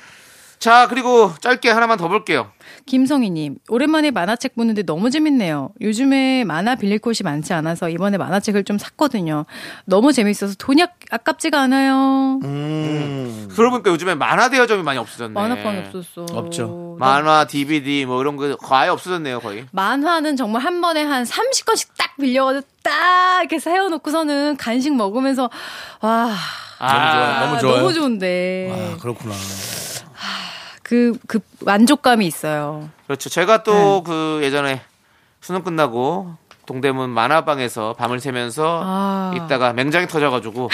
자 그리고 짧게 하나만 더 볼게요. 김성희님, 오랜만에 만화책 보는데 너무 재밌네요. 요즘에 만화 빌릴 곳이 많지 않아서 이번에 만화책을 좀 샀거든요. 너무 재밌어서 돈이 아- 아깝지가 않아요. 음. 네. 들어보니까 요즘에 음. 만화 대여점이 많이 없어졌네. 만화방이 없었어. 없죠. 나- 만화, DVD 뭐 이런 거 아예 없어졌네요 거의. 만화는 정말 한 번에 한 30권씩 딱 빌려가지고 딱 이렇게 세워놓고서는 간식 먹으면서 와 아, 너무 좋아요. 너무 좋은데 아, 그렇구나. 그, 그 만족감이 있어요. 그렇죠. 제가 또 그 예전에 수능 끝나고 동대문 만화방에서 밤을 새면서 아. 있다가 맹장이 터져가지고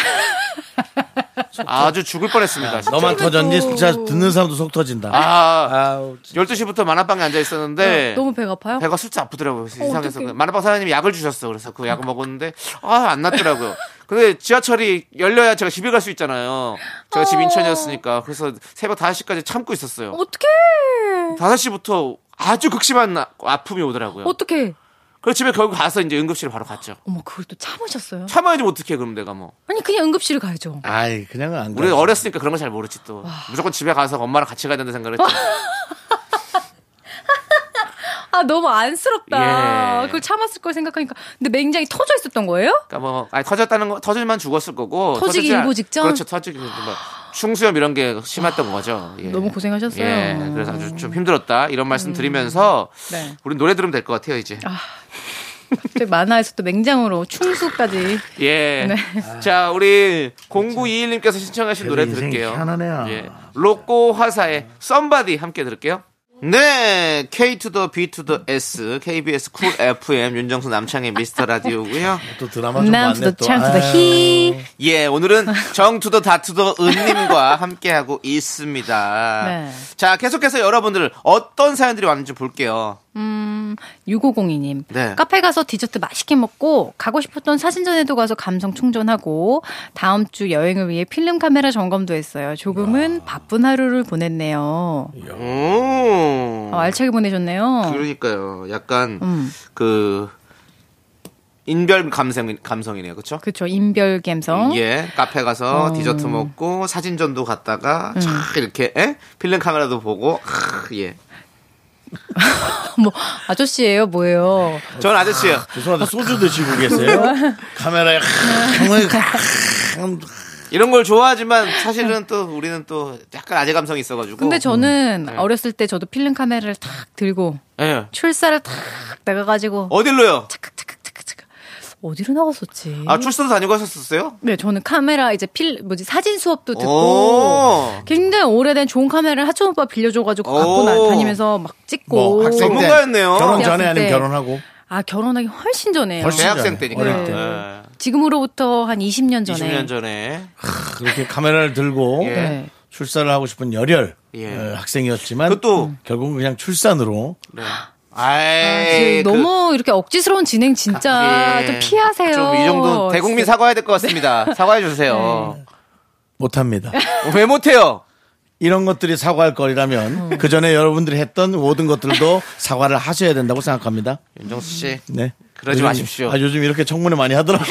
아주 죽을 뻔했습니다. 진짜. 너만 터졌니? 진짜 듣는 사람도 속 터진다. 아, 아우, 12시부터 만화방에 앉아 있었는데 너무 배가 아파요? 배가 술쩍 아프더라고요. 이상해서. 어? 어떡해. 그 만화방 사장님이 약을 주셨어. 그래서 그 약을 먹었는데, 아, 안 낫더라고요. 근데 지하철이 열려야 제가 집에 갈 수 있잖아요. 제가 어. 집 인천이었으니까. 그래서 새벽 5시까지 참고 있었어요. 어떻게 5시부터 아주 극심한 아- 아픔이 오더라고요. 어떻게 그래서 집에 결국 가서 이제 응급실에 바로 갔죠. 어머 그걸 또 참으셨어요? 참아야지 어떡해, 그럼 내가 뭐. 아니 그냥 응급실을 가야죠. 아이, 그냥은 안 우리 가. 어렸으니까 그런 걸 잘 모르지 또. 무조건 집에 가서 엄마랑 같이 가야 된다 생각을 했죠. 아 너무 안쓰럽다. 예. 그걸 참았을 걸 생각하니까 근데 맹장이 터져 있었던 거예요? 그러니까 뭐 아니 터졌다는 거 터질만 죽었을 거고 터지기 터지지 않- 일보 직전? 그렇죠 터지기 뭐 충수염 이런 게 심했던 거죠 예. 아, 너무 고생하셨어요. 음. 예, 그래서 아주 좀 힘들었다 이런 말씀 드리면서 네. 우리 노래 들으면 될 것 같아요 이제 갑자기 만화에서 또 맹장으로 충수까지 예. 네. 자 우리 0921님께서 신청하신 노래 인생이 들을게요 희한하네요. 예. 로꼬 화사의 썸바디 함께 들을게요 네, K to the B to the S, KBS 쿨 FM 윤정수 남창의 미스터 라디오고요. 또 드라마 어, 좀 남수 많네 더 또. 창수 더 아유. 히. 예, 오늘은 정투더 다투더 은님과 함께하고 있습니다. 네. 자, 계속해서 여러분들 어떤 사연들이 왔는지 볼게요. 6502님. 네. 음, 카페 가서 디저트 맛있게 먹고 가고 싶었던 사진전에도 가서 감성 충전하고 다음 주 여행을 위해 필름 카메라 점검도 했어요. 조금은 바쁜 하루를 보냈네요. 예. 음. 오. 아, 알차게 보내셨네요. 그러니까요. 약간 음. 그 인별 감성 감성이네요. 그렇죠? 그쵸 인별 감성. 예, 카페 가서 어. 음. 디저트 먹고 사진전도 갔다가 촥 이렇게 예? 필름 카메라도 보고 크, 예. 뭐 아저씨예요, 뭐예요? 저는 아저씨요. 죄송한데 소주 드시고 계세요? 카메라에 형을 이런 걸 좋아하지만 사실은 또 우리는 또 약간 아재 감성이 있어가지고. 네. 네. 근데 저는 어렸을 때 저도 필름 카메라를 탁 들고 예. 출사를 탁 나가가지고 어딜로요? 착각 착각 착각 착각 어디로 나갔었지? 아 출소도 다니고 하셨었어요? 네, 저는 카메라 이제 필 뭐지 사진 수업도 듣고 오. 굉장히 오래된 좋은 카메라를 하천 오빠 빌려줘가지고 오. 갖고 나- 다니면서 막 찍고 뭐 학생 때 전문가였네요. 결혼 전에 대학생 아니면 때. 결혼하고 아 결혼하기 훨씬 전에요. 훨씬 대학생 전에, 때니까. 어릴 때. 네. 지금으로부터 한 20년 전에. 20년 전에. 그렇게 카메라를 들고 예. 네. 출산을 하고 싶은 열혈 예. 어, 학생이었지만 그것도- 음. 결국은 그냥 출산으로 네. 아, 아이, 그 지금 너무 이렇게 억지스러운 진행 진짜 예. 좀 피하세요. 좀이 정도 대국민 사과해야 될 것 같습니다. 사과해 주세요. 못합니다. 네. 왜 못해요? 이런 것들이 사과할 거리라면 음. 그 전에 여러분들이 했던 모든 것들도 사과를 하셔야 된다고 생각합니다. 윤정수 씨, 네. 그러지 요즘- 마십시오. 아, 요즘 이렇게 청문회 많이 하더라고요.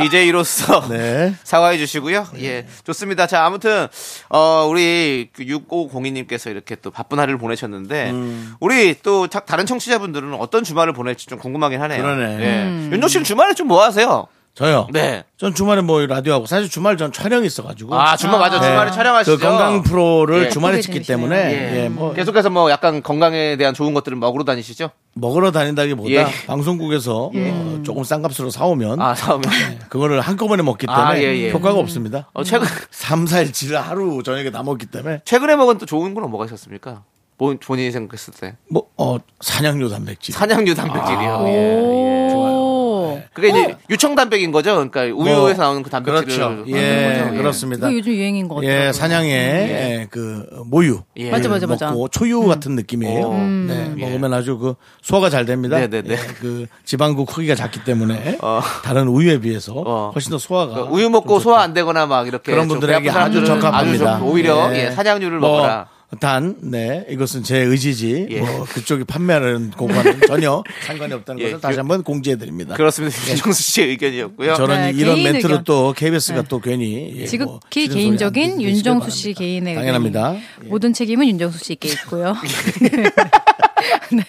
DJ로서 네. 사과해 주시고요. 예, 좋습니다. 자, 아무튼 어, 우리 6502님께서 이렇게 또 바쁜 하루를 보내셨는데 음. 우리 또 자- 다른 청취자분들은 어떤 주말을 보낼지 좀 궁금하긴 하네요. 그러네. 음. 예. 윤정 씨는 주말에 좀 뭐 하세요? 저요. 네. 전 주말에 뭐 라디오하고 사실 주말 전 촬영이 있어가지고. 아 주말 맞아 네. 주말에 촬영하시죠. 그 건강 프로를 예. 주말에 그게 찍기 재밌어요. 때문에 예. 예, 뭐 계속해서 뭐 약간 건강에 대한 좋은 것들을 먹으러 다니시죠? 먹으러 다닌다기보다 예. 방송국에서 예. 어, 조금 싼 값으로 사오면 아 사오면 그거를 한꺼번에 먹기 때문에 아, 예, 예. 효과가 없습니다. 어, 최근 삼사일치를 하루 저녁에 다 먹기 때문에 최근에 먹은 또 좋은 거는 뭐가 있었습니까? 본 본인이 생각했을 때 뭐 어, 산양류 단백질. 산양류 단백질이요. 예, 예. 오. 그게 이제 유청 단백인 거죠. 그러니까 우유에서 나오는 그 단백질을 어. 그렇죠. 만드는 예, 거죠. 예. 그렇습니다. 그거 요즘 유행인 것 같아요. 예, 산양의 예, 그 모유. 예. 맞아, 맞아, 맞아. 음. 먹고 초유 같은 느낌이에요. 오. 음. 네, 먹으면 아주 그 소화가 잘 됩니다. 네, 네, 네. 예, 그 지방구 크기가 작기 때문에 다른 우유에 비해서 어. 훨씬 더 소화가 그러니까 우유 먹고 소화 안 되거나 막 이렇게 그런 좀 분들에게 배 아픈 아주 사람들은 적합합니다. 아주 좋고 오히려 예, 산양류를 뭐, 먹어라. 단, 네, 이것은 제 의지지. 예. 뭐 그쪽이 판매하는 공과는 전혀 상관이 없다는 예, 것을 다시 그- 한번 공지해드립니다. 그렇습니다. 윤정수 씨의 의견이었고요. 저는 네, 이런 개인 멘트로 의견. 네. 또 KBS가 또 괜히 예, 뭐 지극히 싫은 소리 안 개인적인 듣시길 윤정수 씨 바랍니다. 개인의 당연합니다. 예. 의견이. 모든 책임은 윤정수 씨께 있고요. 네.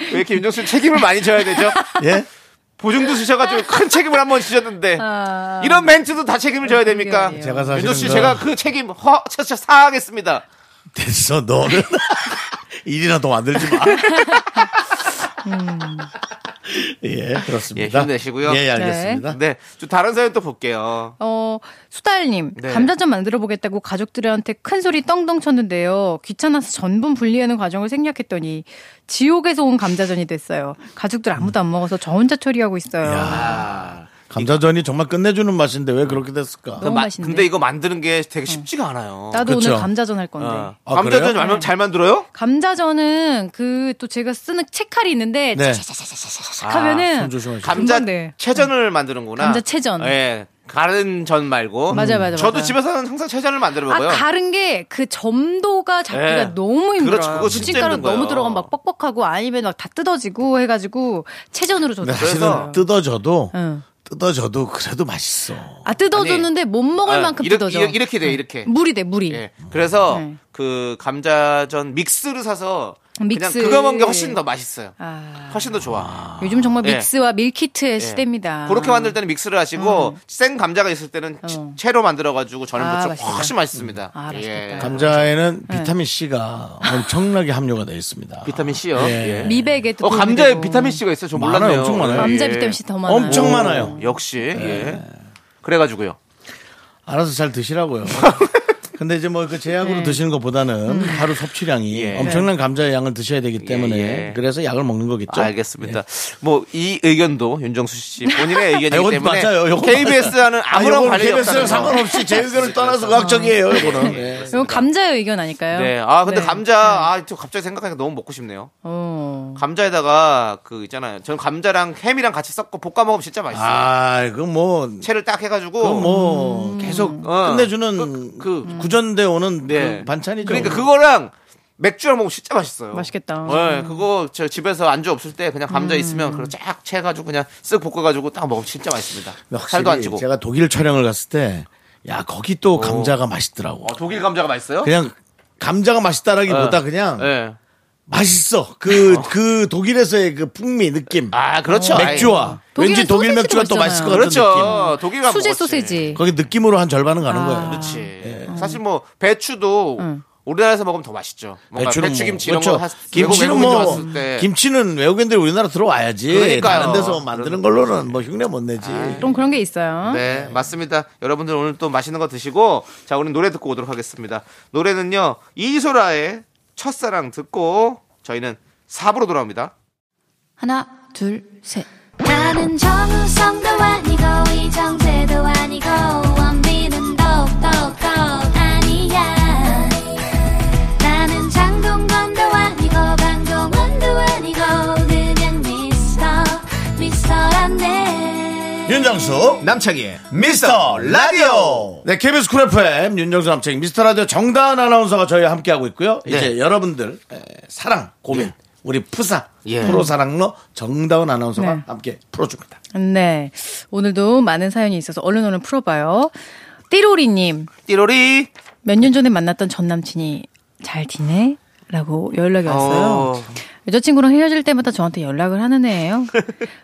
왜 이렇게 윤정수 씨 책임을 많이 져야 되죠? 예? 보증도 쓰셔가지고 큰 책임을 한번 지셨는데 아. 이런 멘트도 다 책임을 져야 됩니까? 그러게요. 제가 사실은 윤정수 씨 그 제가 그 책임 허차차 사하겠습니다. 예? 됐어 너는 일이나 더 만들지 마. 음. 예 그렇습니다. 예, 힘내시고요. 예 알겠습니다. 네, 좀 다른 사연 또 볼게요. 어, 수달님, 네. 감자전 만들어 보겠다고 가족들한테 큰 소리 떵떵 쳤는데요. 귀찮아서 전분 분리하는 과정을 생략했더니 지옥에서 온 감자전이 됐어요. 가족들 아무도 안 먹어서 저 혼자 처리하고 있어요. 감자전이 정말 끝내주는 맛인데 왜 그렇게 됐을까? 너무 아, 마- 맛있는데. 근데 이거 만드는 게 되게 쉽지가 않아요. 나도 그쵸. 오늘 감자전 할 건데. 네. 어. 아, 감자전 그래요? 얼마나 잘 만들어요? 감자전은 그 또 제가 쓰는 채칼이 있는데 네. 아, 하면은 아. 손 조심하시고. 감자 금방네. 채전을 만드는구나. 감자 채전. 예. 가른 전 말고. 맞아, 맞아, 저도 맞아. 집에서는 항상 채전을 만들어 아 먹어요. 가른 게 그 점도가 잡기가 예. 너무 힘들어요. 그렇죠. 그거 진짜 무침가루 힘든 거예요. 너무 들어가면 막 뻑뻑하고 아니면 막 다 뜯어지고 해가지고 체전으로 줬어요. 사실은 네, 뜯어져도 응. 뜯어져도 그래도 맛있어. 아 뜯어줬는데 못 먹을 아, 만큼 이렇게, 뜯어져. 이렇게, 이렇게 돼요, 이렇게. 물이 돼 물이. 예. 그래서 네. 그 감자전 믹스를 사서 믹스. 그냥 그거 먹는 게 훨씬 더 맛있어요. 아, 훨씬 더 좋아. 요즘 정말 예. 믹스와 밀키트의 예. 시대입니다. 그렇게 만들 때는 믹스를 하시고 생 감자가 있을 때는 치- 음. 어. 채로 만들어 가지고 저는 아, 아, 맛있다. 훨씬 맛있습니다. 예. 아, 맛있겠다. 감자에는 네. 비타민 C가 엄청나게 함유가 되어 있습니다. 비타민 C요. 예. 예. 음. 미백에 또 어, 도움이 감자에 되고. 비타민 C가 예. 있어요. 저 많아요, 몰랐네요. 엄청 많아요. 감자 비타민 C 더 많아요. 엄청 많아요. 역시 예. 그래가지고요. 알아서 잘 드시라고요. 근데 이제 뭐 그 제약으로 드시는 것보다는 하루 섭취량이 네. 음. 예. 엄청난 감자의 양을 드셔야 되기 때문에 예, 예. 그래서 약을 먹는 거겠죠. 알겠습니다. 뭐 이 의견도 윤정수 씨 본인의 의견이기 이건 때문에 맞아요. 이건 KBS와는 맞아요. 아, 아무런 이건 관련이 KBS 랑 없다는 거. 음. 상관없이 제 의견을 떠나서 과학적이에요. 이거는 예. 이건 어, 감자의 의견 아닐까요? 네. 아 근데 네. 감자 아저 갑자기 생각하니까 너무 먹고 싶네요. 어. 감자에다가 그 있잖아요. 저는 감자랑 햄이랑 같이 섞고 볶아 먹으면 진짜 맛있어요. 아, 그건 뭐, 채를 딱 해가지고 그건 뭐 계속 어. 끝내주는 그- 그- 구전돼 오는 네. 그 반찬이죠. 그러니까 그거랑 맥주랑 먹으면 진짜 맛있어요. 맛있겠다. 음. 네, 그거 저 집에서 안주 없을 때 그냥 감자 있으면 그걸 쫙 채가지고 그냥 쓱 볶아가지고 딱 먹으면 진짜 맛있습니다. 살도 안 확실히 찌고. 제가 독일 촬영을 갔을 때, 야, 거기 또 감자가 맛있더라고. 어, 독일 감자가 맛있어요? 그냥 감자가 맛있다라기보다 네. 그냥 네. 맛있어. 그, 그 독일에서의 그 풍미, 느낌. 아 그렇죠. 맥주와. 독일은 왠지 독일 소세지도 맥주가 또 맛있잖아요. 맛있을 것 같은 느낌. 그렇죠. 독일 감 수제 소세지. 거기 느낌으로 한 절반은 가는 아. 거예요. 그렇지. 음. 사실 뭐 배추도 음. 우리나라에서 먹으면 더 맛있죠. 뭔가 배추 배추는 뭐, 김치 그렇죠. 이런 거 하- 김치는 외국 뭐 외국인 왔을 때 김치는 외국인들이 우리나라 들어와야지. 그러니까요. 다른 데서 만드는 걸로는 뭐 흉내 못 내지. 좀 그런 게 있어요. 네, 맞습니다. 여러분들 오늘 또 맛있는 거 드시고, 자, 우리 노래 듣고 오도록 하겠습니다. 노래는요, 이소라의 첫사랑 듣고, 저희는 4부로 돌아옵니다. 하나, 둘, 셋. 나는 정우성도 아니고 이정재도 아니고 원빈은 더욱더 아니야 나는 장동건도 아니고 방종원도 아니고 그냥 미스터 미스터란데 윤정수 남창희의 미스터 라디오. 네, KBS 쿨 FM 윤정수 남창 미스터 라디오 정다은 아나운서가 저희와 함께하고 있고요. 이제 여러분들 에, 사랑 고민 우리 푸사 예. 프로 사랑로 정다은 아나운서가 네. 함께 풀어줍니다. 네. 오늘도 많은 사연이 있어서 얼른 얼른 풀어봐요. 띠로리님, 띠로리. 몇 년 전에 만났던 전 남친이 잘 지내? 라고 연락이 왔어요. 여자친구랑 헤어질 때마다 저한테 연락을 하는 애예요.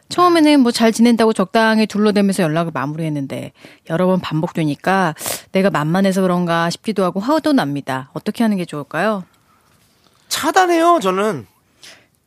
처음에는 뭐 잘 지낸다고 적당히 둘러대면서 연락을 마무리했는데 여러 번 반복되니까 내가 만만해서 그런가 싶기도 하고 화도 납니다. 어떻게 하는 게 좋을까요? 차단해요, 저는.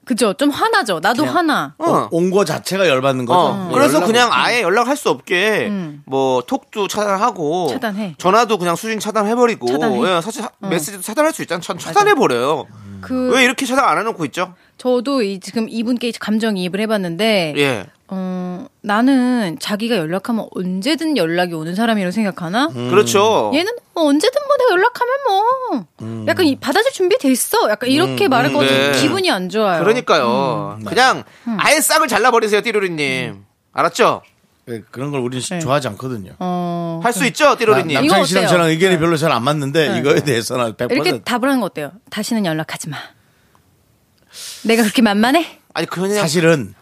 그죠? 좀 화나죠. 나도 화나. 어. 온 거 자체가 열받는 거죠. 어, 예, 그래서 연락을- 그냥 아예 연락할 수 없게 음. 뭐 톡도 차단하고 차단해. 전화도 그냥 수신 차단해버리고 차단해. 예, 사실 하- 메시지도 차단할 수 있잖아 차- 차단해버려요 그 왜 이렇게 차단 안 해놓고 있죠? 저도 이 지금 이분께 감정 이입을 해봤는데 예 어, 나는 자기가 연락하면 언제든 연락이 오는 사람이라고 생각하나? 그렇죠 얘는 뭐 언제든 뭐 내가 연락하면 뭐 약간 이- 받아줄 준비 돼 있어. 약간 이렇게 말할 것 같은 음. 네. 기분이 안 좋아요. 음. 그러니까요 네. 그냥 아예 싹을 잘라버리세요 띠로리님 알았죠? 예, 그런 걸 우리는 네. 좋아하지 않거든요. 어, 할 수 있죠 띠로리님 남- 이거 남창희 씨랑 어때요? 저랑 의견이 별로 잘 안 맞는데 이거에 대해서는 100% 그러니까 이렇게 답을 하는 거 어때요? 다시는 연락하지 마. 내가 그렇게 만만해? 아니 그냥 사실은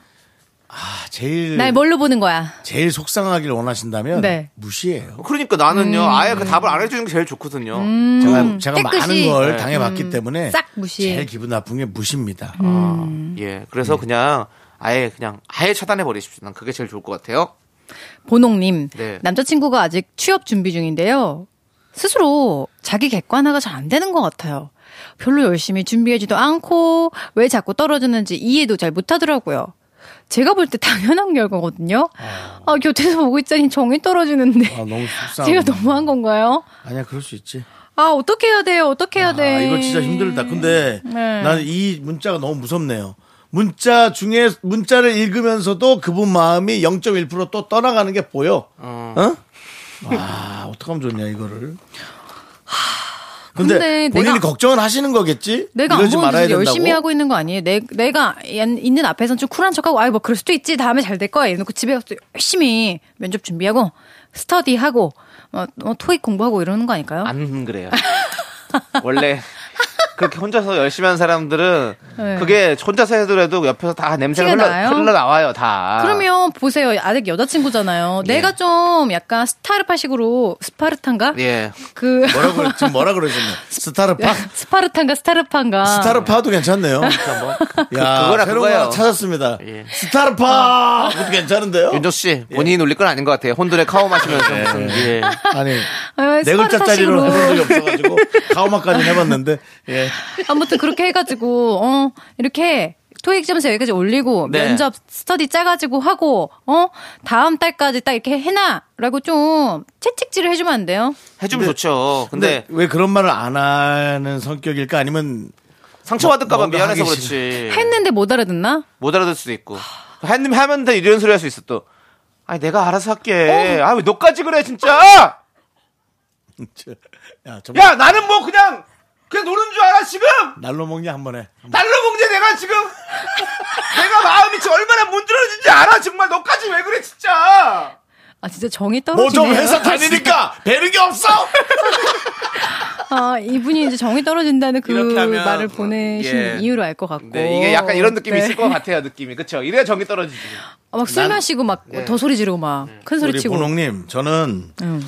아 네. 제일 날 뭘로 보는 거야? 제일 속상하기를 원하신다면 뭐 네. 무시해요. 그러니까 나는요 아예 그 답을 안 해주는 게 제일 좋거든요 제가, 제가 많은 음, 깨끗이. 음, 걸 당해봤기 때문에 싹 음. 무시. 제일 기분 나쁜 게 무시입니다. 예 음. 그래서 그냥 아예 그냥 아예 차단해버리십시오 난 그게 제일 좋을 것 같아요 보농님 네. 남자친구가 아직 취업 준비 중인데요. 스스로 자기 객관화가 잘 안 되는 것 같아요. 별로 열심히 준비하지도 않고 왜 자꾸 떨어지는지 이해도 잘 못하더라고요. 제가 볼 때 당연한 결과거든요. 아 곁에서 보고 있자니 정이 떨어지는데 아, 너무 속상. 제가 너무한 건가요? 아니야 그럴 수 있지. 아 어떻게 해야 돼요? 어떻게 해야 아, 돼? 이거 진짜 힘들다. 근데 네. 나는 이 문자가 너무 무섭네요. 문자 중에 문자를 읽으면서도 그분 마음이 0.1%또 떠나가는 게 보여. 어? 아, 어떡하면 좋냐 이거를. 근데, 근데 본인이 내가- 걱정은 하시는 거겠지? 내가 안 이러지 보는 말아야 듯이 된다고. 열심히 하고 있는 거 아니에요? 내, 내가 연- 있는 앞에서는 좀 쿨한 척하고 아이 뭐 그럴 수도 있지 다음에 잘 될 거야 이러고 집에 가서 열심히 면접 준비하고 스터디하고 어, 어, 토익 공부하고 이러는 거 아닐까요? 안 그래요. 원래 그렇게 혼자서 열심히 하는 사람들은 네. 그게 혼자서 해더라도 옆에서 다 냄새가 티가 흘러, 나요? 흘러나와요 다. 그러면 보세요 아직 여자친구잖아요. 예. 내가 좀 약간 스타르파식으로 스파르탄가 예. 그 뭐라 그래 지금 뭐라 그러셨네. 스타르파? 스파르탄가 스타르판가 스타르파도 괜찮네요. 그러니까 뭐, 야, 그거나 새로운 그거예요. 거 하나 찾았습니다. 예. 스타르파! 그것도 괜찮은데요? 윤정 씨 본인이 놀릴 건 아닌 것 같아요. 혼돈에 카오 마시면서 무슨 예. 아니, 아, 네 글자짜리로 스파르타식으로. 해본 적이 없어가지고, 가오마까지 해봤는데, 예. 아무튼 그렇게 해가지고 어 이렇게 토익 점수 여기까지 올리고 네. 면접 스터디 짜가지고 하고 어 다음 달까지 딱 이렇게 해놔라고 좀 채찍질을 해주면 안 돼요? 해주면 좋죠. 근데, 근데 왜 그런 말을 안 하는 성격일까? 아니면 상처받을까봐 뭔가 미안해서 하기 그렇지. 했는데 못 알아듣나? 못 알아들 수도 있고. 한님 하면 돼 이런 소리 할 수 있어 또. 아니 내가 알아서 할게. 어? 아 왜 너까지 그래 진짜. 야, 정말 야 나는 뭐 그냥 그냥 노는 줄 알아 지금. 날로 먹냐 한 번에. 한 번. 날로 먹네 내가 지금 내가 마음이 지금 얼마나 문드러진지 알아 정말 너까지 왜 그래 진짜 아 진짜 정이 뭐 떨어지네요. 좀 회사 다니니까 배는 게 없어. 아 이분이 이제 정이 떨어진다는 그 이렇게 하면, 말을 보내신 예. 이유를 알 것 같고. 네 이게 약간 이런 느낌이 네. 있을 것 같아요 느낌이 그쵸 이래야 정이 떨어지지 아, 막술 마시고 막 예. 뭐 더 소리 지르고 막 음. 큰 소리 우리 치고. 본홍님, 저는 음.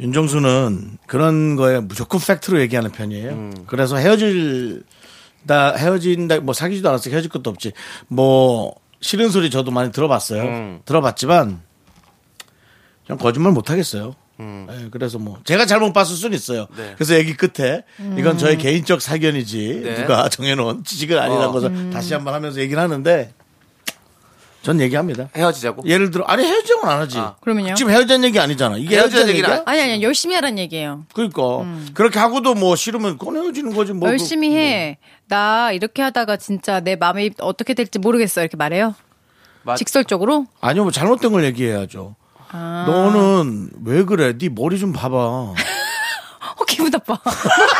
윤정수는 그런 거에 무조건 팩트로 얘기하는 편이에요. 음. 그래서 헤어질 다 헤어진다 뭐 사귀지도 않았어 헤어질 것도 없지 뭐 싫은 소리 저도 많이 들어봤어요. 음. 들어봤지만 전 거짓말 못 하겠어요. 음. 예, 그래서 뭐 제가 잘못 봤을 수는 있어요. 네. 그래서 얘기 끝에 음. 이건 저의 개인적 사견이지 네. 누가 정해놓은 지식은 어. 아니라는 것을 음. 다시 한번 하면서 얘기를 하는데 전 얘기합니다. 헤어지자고 예를 들어 아니 헤어지자고는 안 하지. 그러면요? 지금 헤어진 얘기 아니잖아. 이게 헤어진 헤어진 얘기는 얘기야? 안- 아니 아니 열심히 하란 얘기예요. 그러니까 그렇게 하고도 뭐 싫으면 꺼내 헤어지는 거지 그 뭐. 음. 열심히 해. 나 이렇게 하다가 진짜 내 마음이 어떻게 될지 모르겠어 이렇게 말해요. 맞- 직설적으로? 그- 아니요 뭐 잘못된 걸 얘기해야죠. 아. 너는 왜 그래? 네 머리 좀 봐봐. 어, 기분 나빠.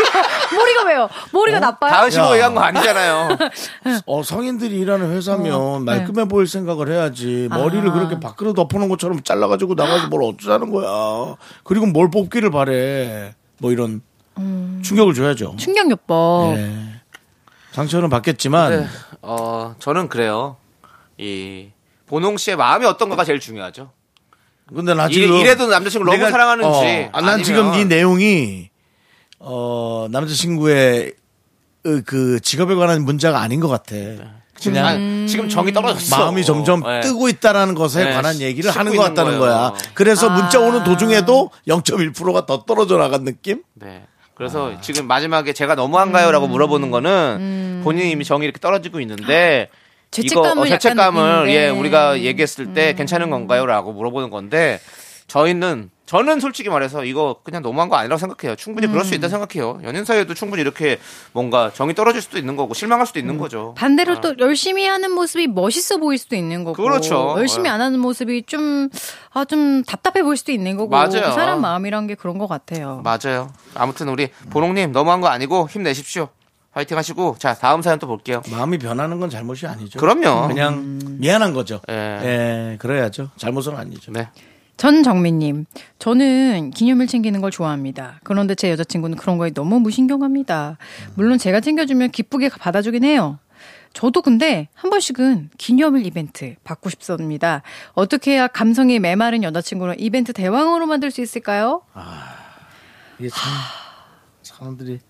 머리가 왜요? 머리가 나빠요? 어? 다은 씨뭐 야. 얘기한 거 아니잖아요 어 성인들이 일하는 회사면 어, 네. 말끔해 보일 생각을 해야지. 아. 머리를 그렇게 밖으로 덮어놓은 것처럼 잘라가지고 나가서 뭘 어쩌자는 거야. 그리고 뭘 뽑기를 바래. 뭐 이런 충격을 줘야죠. 음. 충격 요법. 예. 상처는 받겠지만 어 저는 그래요 이 보농 씨의 마음이 어떤가가 제일 중요하죠 근데 나 이- 지금 이래도 남자친구를 너무 아, 사랑하는지 어, 난 아니면- 지금 이 내용이 어 남자친구의 어, 그 직업에 관한 문제가 아닌 것 같아. 그냥 아, 네. 지금 정이 떨어졌어. 마음이 점점 어, 예. 뜨고 있다라는 것에 네, 관한 시- 얘기를 씻고 하는 것 있는 같다는 거예요. 거야. 그래서 아. 문자 오는 도중에도 0.1%가 더 떨어져 나간 느낌? 네. 그래서 지금 마지막에 제가 너무한가요라고 물어보는 거는 본인이 이미 정이 이렇게 떨어지고 있는데 이거 어, 죄책감을 약간 네. 음. 죄책감을 느끼는데. 예 우리가 얘기했을 때 괜찮은 건가요라고 물어보는 건데 저희는 저는 솔직히 말해서 이거 그냥 너무한 거 아니라고 생각해요. 충분히 그럴 음. 수 있다 생각해요. 연인 사이에도 충분히 이렇게 뭔가 정이 떨어질 수도 있는 거고 실망할 수도 음. 있는 거죠. 반대로 또 열심히 하는 모습이 멋있어 보일 수도 있는 거고. 아. 그렇죠. 열심히 예. 안 하는 모습이 좀, 아, 좀 답답해 보일 수도 있는 거고. 맞아요. 그 사람 마음이란 게 그런 것 같아요. 맞아요. 아무튼 우리 보롱님 너무한 거 아니고 힘내십시오. 화이팅 하시고 자 다음 사연 또 볼게요. 마음이 변하는 건 잘못이 아니죠. 그럼요. 그냥 미안한 거죠. 예. 예, 그래야죠. 잘못은 아니죠. 네. 전정민님, 저는 기념일 챙기는 걸 좋아합니다. 그런데 제 여자친구는 그런 거에 너무 무신경합니다. 물론 제가 챙겨주면 기쁘게 받아주긴 해요. 저도 근데 한 번씩은 기념일 이벤트 받고 싶습니다. 어떻게 해야 감성이 메마른 여자친구를 이벤트 대왕으로 만들 수 있을까요? 아, 이게 참 사람들이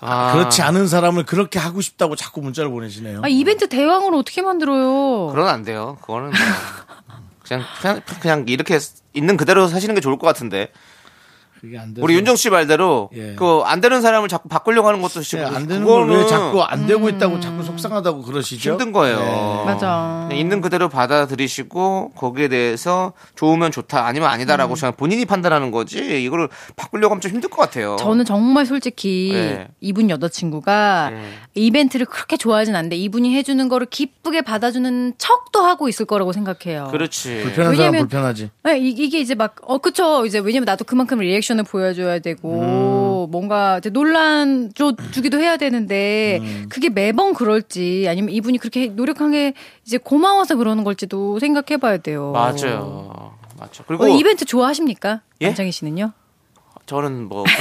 아, 그렇지 않은 사람을 그렇게 하고 싶다고 자꾸 문자를 보내시네요. 아, 이벤트 대왕으로 어떻게 만들어요? 그건 안 돼요. 그거는 뭐 그냥, 그냥 그냥 이렇게 있는 그대로 사시는 게 좋을 것 같은데. 그게 안 돼서. 우리 윤정 씨 말대로 예. 그 안 되는 사람을 자꾸 바꾸려고 하는 것도 지금 예, 안 되는 걸 그거는 음. 왜 자꾸 안 되고 있다고 자꾸 속상하다고 그러시죠? 힘든 거예요. 맞아. 그냥 있는 그대로 받아들이시고 거기에 대해서 좋으면 좋다 아니면 음. 아니다라고 그냥 본인이 판단하는 거지 이거를 바꾸려고 하면 좀 힘들 것 같아요. 저는 정말 솔직히 네. 이분 여자친구가 이벤트를 그렇게 좋아하진 않는데 이분이 해주는 거를 기쁘게 받아주는 척도 하고 있을 거라고 생각해요. 그렇지. 불편한 사람 왜냐면- 불편하지. 네, 이- 이게 이제 막, 어, 그쵸. 이제 왜냐면 나도 그만큼 리액션을 보여줘야 되고, 음. 뭔가 이제 논란 줘- 주기도 해야 되는데, 음. 그게 매번 그럴지, 아니면 이분이 그렇게 노력한 게 이제 고마워서 그러는 걸지도 생각해 봐야 돼요. 맞아요. 맞죠. 그리고 어, 이벤트 좋아하십니까? 예? 남창희 씨는요? 저는 뭐 그냥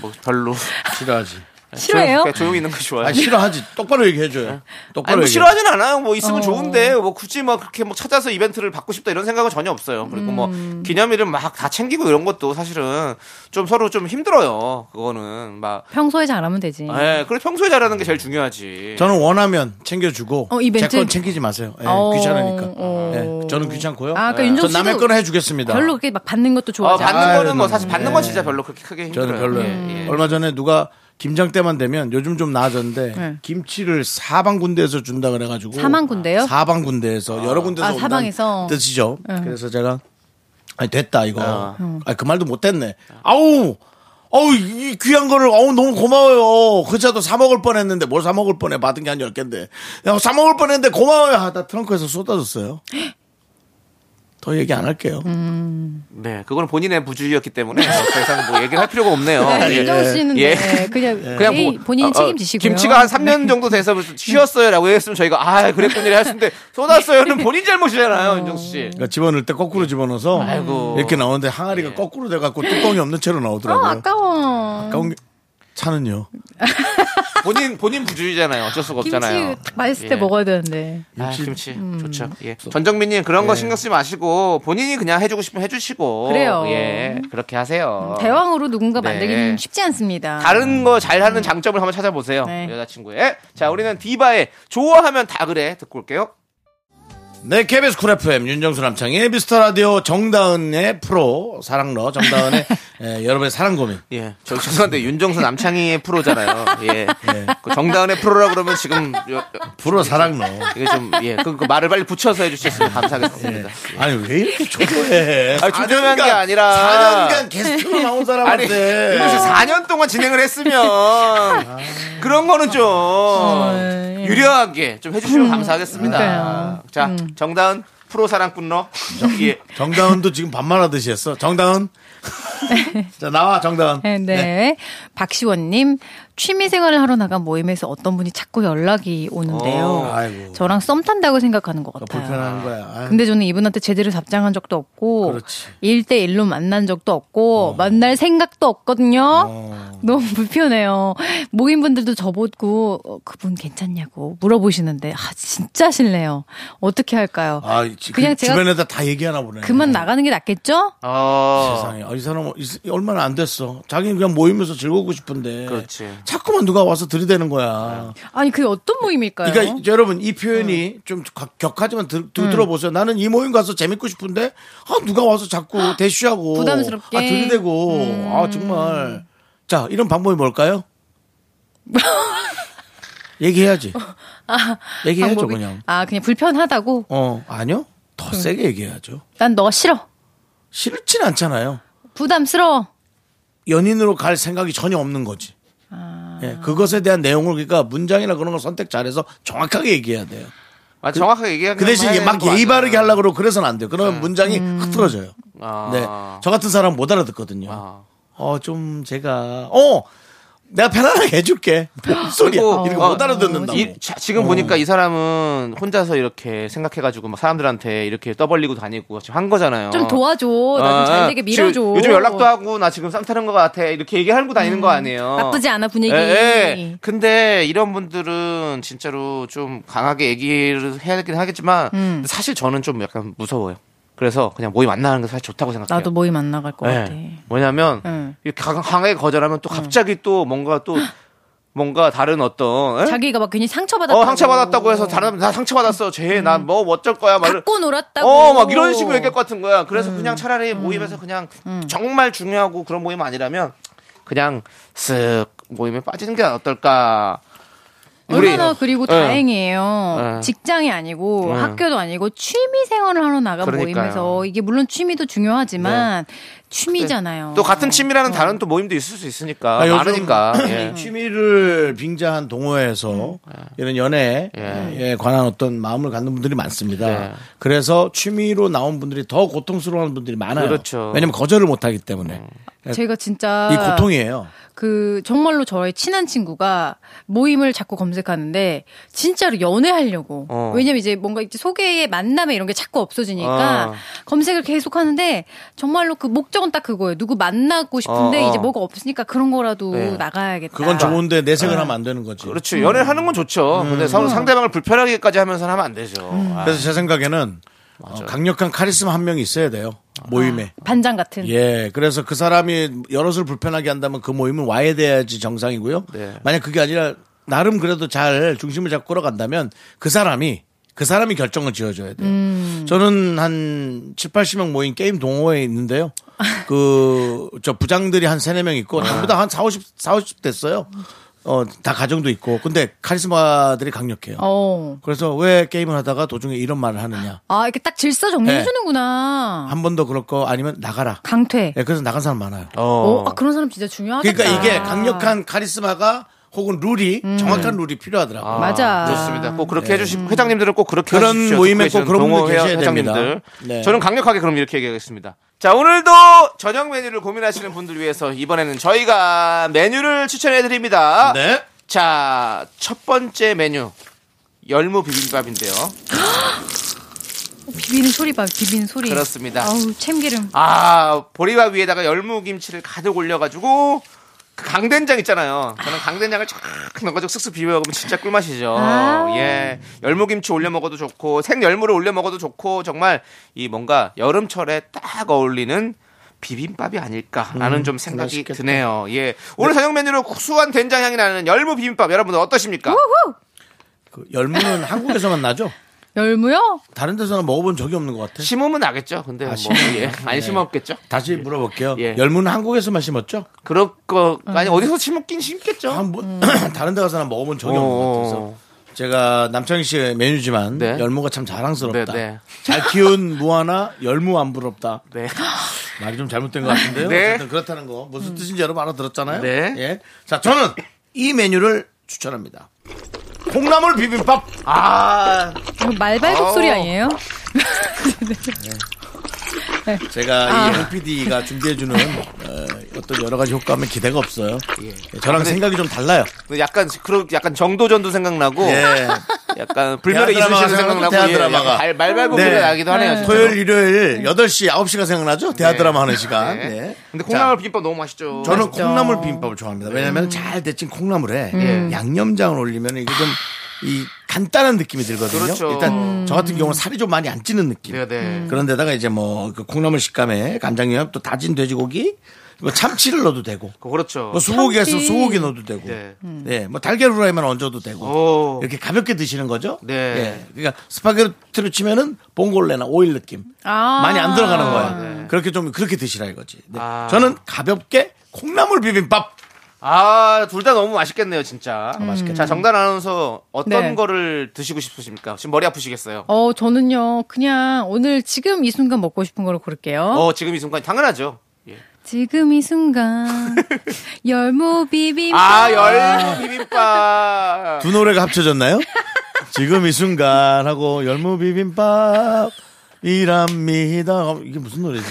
뭐 별로 싫어하지. 싫어해요? 그냥 조용히 있는 거 좋아요. 아 싫어하지. 똑바로 얘기해줘요. 아니 똑바로 뭐 얘기. 싫어하진 않아요. 뭐 있으면 어. 좋은데 뭐 굳이 막 그렇게 뭐 찾아서 이벤트를 받고 싶다 이런 생각은 전혀 없어요. 그리고 음. 뭐 기념일을 막 다 챙기고 이런 것도 사실은 좀 서로 좀 힘들어요. 그거는 막 평소에 잘하면 되지. 예, 그래 평소에 잘하는 게 제일 중요하지. 저는 원하면 챙겨주고 어, 이벤트? 제 건 챙기지 마세요. 예, 어, 귀찮으니까. 어. 예, 저는 귀찮고요. 아, 그러니까 예. 윤정 전 남의 씨도 건 해주겠습니다. 별로 그렇게 막 받는 것도 어, 좋아하지 않아요. 받는 거는 뭐 아유, 사실 받는 예. 건 진짜 별로 그렇게 네, 크게 힘들어요. 저는 별로. 음. 예, 예. 얼마 전에 누가 김장 때만 되면 요즘 좀 나아졌는데 네. 김치를 사방 군데에서 준다 그래가지고 사방 군데요? 사방 군데에서 여러 군데서 아, 온다는 사방에서. 네. 뜻이죠. 그래서 제가 아니 됐다 이거. 어. 아니, 그 말도 못했네. 아우 아우 이 귀한 거를 아우 너무 고마워요. 그자도 사 먹을 뻔했는데 뭘 사 먹을 뻔해 받은 게 한 열 개인데 야, 사 먹을 뻔했는데 고마워요 하다 트렁크에서 쏟아졌어요. 더 얘기 안 할게요. 네, 그거는 본인의 부주의였기 때문에 뭐 더 이상 뭐 얘기를 할 필요가 없네요. 네, 예. 윤정우 씨는 예. 네, 그냥, 그냥 예, 뭐, 본인이 어, 어, 책임지시고요. 네. 김치가 한 3년 정도 돼서 쉬었어요라고 했으면 저희가 아 그랬군요 했는데 쏟았어요는 본인 잘못이잖아요, 윤정수 씨. 그러니까 집어넣을 때 거꾸로 집어넣어서 아이고. 이렇게 나오는데 항아리가 거꾸로 돼갖고 뚜껑이 없는 채로 어, 나오더라고요. 아, 음. 아까워. 까운 게- 차는요. 본인 본인 부주의잖아요. 어쩔 수가 없잖아요. 김치 그 음. 맛있을 때 예. 먹어야 되는데. 아, 김치 네. 좋죠. 예. 전정민님 그런 거 신경 쓰지 마시고 본인이 그냥 해주고 싶으면 해주시고 그래요. 예 그렇게 하세요. 어. 대왕으로 누군가 네. 만들기는 쉽지 않습니다. 다른 거 잘하는 장점을 한번 찾아보세요. 네. 여자친구의 자 우리는 디바의 좋아하면 다 그래 듣고 올게요. 네, KBS 쿨 FM 윤정수 남창의 미스터 라디오 정다은의 프로 사랑러 정다은의 예, 여러분의 사랑 고민. 예, 저 죄송한데 윤정수 남창희의 프로잖아요. 예, 그 정다은의 프로라 그러면 지금 여- 여- 프로 사랑러. 이게 좀예그 그 말을 빨리 붙여서 해주셨으면 감사하겠습니다. 아니 왜 이렇게 초조해? 아니, 초조한 게 아니라. 4년간 게스트로 나온 아니, 네. 사람한테. 이것이 4년 동안 진행을 아. 했으면 그런 거는 음, 좀 유려하게 좀 해주시면 감사하겠습니다. 예, 그러니까요. 음. 자, 정다은 프로 사랑꾼러 예. 정다은도 지금 반말하듯이 했어. 정다은. 네. 자 나와 정다은. 네, 네. 박시원님, 취미생활을 하러 나간 모임에서 어떤 분이 자꾸 연락이 오는데요. 어, 아이고. 저랑 썸 탄다고 생각하는 것 같아요. 불편한 거야. 아유. 근데 저는 이분한테 제대로 답장한 적도 없고, 그렇지. 어. 일대일로 만난 적도 없고, 만날 생각도 없거든요. 너무 불편해요. 모임분들도 저보고, 어, 그분 괜찮냐고 물어보시는데, 아, 진짜 싫네요. 어떻게 할까요? 아, 지- 그 그냥 제가 주변에다 다 얘기하나 보네. 그만 나가는 게 낫겠죠? 어, 세상에. 아, 이 사람 그냥 있- 얼마나 안 됐어. 자기는 그냥 모이면서 즐거우고 싶은데. 그렇지. 자꾸만 누가 와서 들이대는 거야. 아니 그게 어떤 모임일까요? 그러니까 이- 여러분 이 표현이 네. 좀 가- 격하지만 들, 음. 들- 들어보세요. 나는 이 모임 가서 재밌고 싶은데 아 누가 와서 자꾸 대쉬하고 부담스럽게. 음. 아, 들이대고 아 정말 자 이런 방법이 뭘까요? 얘기해야지. 얘기해야죠 어, 아, 방법이- 음. 그냥. 아 그냥 불편하다고. 어 아니요 더 세게 얘기해야죠. 난 너 싫어. 싫진 않잖아요. 부담스러워. 연인으로 갈 생각이 전혀 없는 거지. 예, 그것에 대한 내용을 그러니까 문장이나 그런 걸 선택 잘해서 정확하게 얘기해야 돼요. 아, 정확하게 얘기하는 그 대신 이게 해야 되는 막 거 예의 맞아요. 바르게 하려고 그러고 그래서는 안 돼요. 그러면 문장이 흐트러져요. 아. 네. 저 같은 사람 못 알아듣거든요. 아. 어, 좀 제가, 어! 내가 편안하게 해줄게. 뭔 소리야. 그리고, 이렇게 어, 못 알아듣는다고. 어. 이- 자, 지금 보니까 이 사람은 혼자서 이렇게 생각해가지고 막 사람들한테 이렇게 떠벌리고 다니고 지금 한 거잖아요. 어. 좀 도와줘. 나 좀 아, 잘 되게 밀어줘. 지금 요즘 연락도 하고 나 지금 쌈 타는 것 같아 이렇게 얘기하고 다니는 거 아니에요. 음. 나쁘지 않아 분위기. 예, 예. 근데 이런 분들은 진짜로 좀 강하게 얘기를 해야 되긴 하겠지만 음. 사실 저는 좀 약간 무서워요. 그래서 그냥 모임 만나는 게 사실 좋다고 생각해요. 나도 모임 안 나갈 것 예. 같아. 뭐냐면 응. 이 강- 강하게 거절하면 또 갑자기 또 뭔가 또 뭔가 다른 어떤 예? 자기가 막 괜히 상처받았다고. 어 상처 받았다고 해서 다른 나 상처 받았어 쟤나뭐 어쩔 거야 막 이런- 갖고 놀았다고. 음. 어, 막 이런 식으로 얘기할 것 같은 거야. 그래서 그냥 차라리 모임에서 그냥 정말 중요하고 그런 모임 아니라면 그냥 쓱 모임에 빠지는 게 어떨까. 얼마나 그리고 예. 다행이에요. 예. 직장이 아니고 예. 학교도 아니고 취미 생활을 하러 나간 그러니까요. 네. 모임에서 이게 물론 취미도 중요하지만 취미잖아요. 또 같은 어. 취미라는 다른 또 모임도 있을 수 있으니까 아, 요즘 많으니까. 음. 예. 음. 취미를 빙자한 동호회에서 이런 연애에 예. 관한 어떤 마음을 갖는 분들이 많습니다. 네. 그래서 취미로 나온 분들이 더 고통스러워하는 분들이 많아요. 그렇죠. 왜냐면 거절을 못하기 때문에 제가 진짜 이 고통이에요. 그 정말로 저의 친한 친구가 모임을 자꾸 검색하는데 진짜로 연애하려고 어. 왜냐면 이제 뭔가 이제 소개에 만남에 이런 게 자꾸 없어지니까 어. 검색을 계속 하는데 정말로 그 목적은 딱 그거예요 누구 만나고 싶은데 어, 어. 이제 뭐가 없으니까 그런 거라도 네. 나가야겠다 아, 그건 좋은데 내색을 하면 안 되는 거지. 그렇죠. 연애를 하는 건 좋죠. 근데 음. 서로 상대방을 불편하게까지 하면서 하면 안 되죠. 아, 음. 그래서 제 생각에는 어, 강력한 카리스마 한 명이 있어야 돼요. 모임에. 반장 같은 예, 그래서 그 사람이 여럿을 불편하게 한다면 그 모임은 와야 돼야지 정상이고요. 네. 만약 그게 아니라 나름 그래도 잘 중심을 잡고 끌어간다면 그 사람이 그 사람이 결정을 지어줘야 돼요. 저는 한 7, 80명 모인 게임 동호회에 있는데요. 그 저 부장들이 한 세네 명 있고 전부 다 한 4, 50, 4, 50 됐어요. 어, 다 가정도 있고. 근데 카리스마들이 강력해요. 어. 그래서 왜 게임을 하다가 도중에 이런 말을 하느냐. 아 이렇게 딱 질서 네. 정리해주는구나 한 번 더 그럴 거 아니면 나가라. 강퇴 예, 그래서 나간 사람 많아요. 어. 어. 아, 그런 사람 진짜 중요하다 그러니까 이게 강력한 카리스마가 혹은 룰이 음. 정확한 룰이 필요하더라고요. 아, 맞아. 좋습니다. 꼭 그렇게 해주신 회장님들은 꼭 그렇게 네. 그런 해주십시오. 모임에 듣고 꼭 계시는 그런 분들 동호회 계셔야 회장님들. 됩니다. 네. 저는 강력하게 그럼 이렇게 얘기하겠습니다. 자 오늘도 저녁 메뉴를 고민하시는 분들 위해서 이번에는 저희가 메뉴를 추천해 드립니다. 네. 자 첫 번째 메뉴 열무 비빔밥인데요. 어, 비비는 소리 봐 비비는 소리 그렇습니다. 아우 참기름 아 보리밥 위에다가 열무 김치를 가득 올려가지고 그 강된장 있잖아요. 저는 강된장을 쫙 넣어가지고 쓱쓱 비벼 먹으면 진짜 꿀맛이죠. 아. 예, 열무 김치 올려 먹어도 좋고 생 열무를 올려 먹어도 좋고 정말 이 뭔가 여름철에 딱 어울리는. 비빔밥이 음, 아닐까라는 좀 생각이 드네요. 예. 오늘 저녁 메뉴로 구수한 된장 향이 나는 열무 비빔밥 여러분들 어떠십니까? 그 열무는 한국에서만 나죠? 열무요? 다른 데서는 먹어본 적이 없는 것 같아. 심으면 나겠죠. 근데 뭐 심으면 네. 예. 안 심었겠죠. 다시 물어볼게요. 예. 열무는 한국에서만 심었죠? 그럴 거 음. 아니 어디서 심었긴 심겠죠. 한 번- 다른 데 가서는 먹어본 적이 없는 것 같아서. 어. 제가 남창희 씨의 메뉴지만 네. 열무가 참 자랑스럽다. 네, 네. 잘 키운 무하나 열무 안 부럽다. 네. 말이 좀 잘못된 것 같은데요. 네. 어쨌든 그렇다는 거 무슨 뜻인지 여러분 알아들었잖아요. 네. 예. 자, 저는 이 메뉴를 추천합니다. 콩나물 비빔밥. 아, 이거 말발굽 아우. 소리 아니에요? 제가 아. 이 MPD가 준비해주는 어, 어떤 여러 가지 효과음에 기대가 없어요. 예. 예, 저랑 생각이 좀 달라요. 근데 약간 그런 약간 정도전도 생각나고 예. 약간 불멸의 대한 드라마가 이순신도 생각나고 대한 예, 드라마가. 약간 말 말발굽이 네. 나기도 하네요. 진짜로. 토요일, 일요일 8시, 9시가 생각나죠? 대하 드라마 하는 시간. 네. 네. 근데 자, 콩나물 비빔밥 너무 맛있죠. 네. 음. 저는 예. 콩나물 비빔밥을 좋아합니다. 왜냐하면 잘 데친 콩나물에 양념장을 올리면 이게 좀 이 간단한 느낌이 들거든요. 그렇죠. 일단 저 같은 경우는 살이 좀 많이 안 찌는 느낌. 네, 네. 그런데다가 이제 뭐그 콩나물 식감에 간장염 또 다진 돼지고기 뭐 참치를 넣어도 되고 그거 그렇죠. 뭐 소고기가 있으면 참치. 소고기 넣어도 되고 네. 예, 뭐 달걀 후라이만 얹어도 되고 오. 이렇게 가볍게 드시는 거죠. 네. 예, 그러니까 스파게티로 치면은 봉골레나 오일 느낌 아. 많이 안 들어가는 거예요. 그렇게 좀 그렇게 드시라 이거지. 네. 네. 아. 저는 가볍게 콩나물 비빔밥 아, 둘 다 너무 맛있겠네요, 진짜. 아, 맛있겠다. 자, 정단 아나운서 어떤 네. 거를 드시고 싶으십니까? 지금 머리 아프시겠어요? 어, 저는요, 그냥 오늘 지금 이 순간 먹고 싶은 거로 고를게요. 어, 지금 이 순간 당연하죠. 예. 지금 이 순간. 열무 비빔밥. 아, 열 비빔밥. 두 노래가 합쳐졌나요? 지금 이 순간 하고 열무 비빔밥 이랍니다. 어, 이게 무슨 노래지?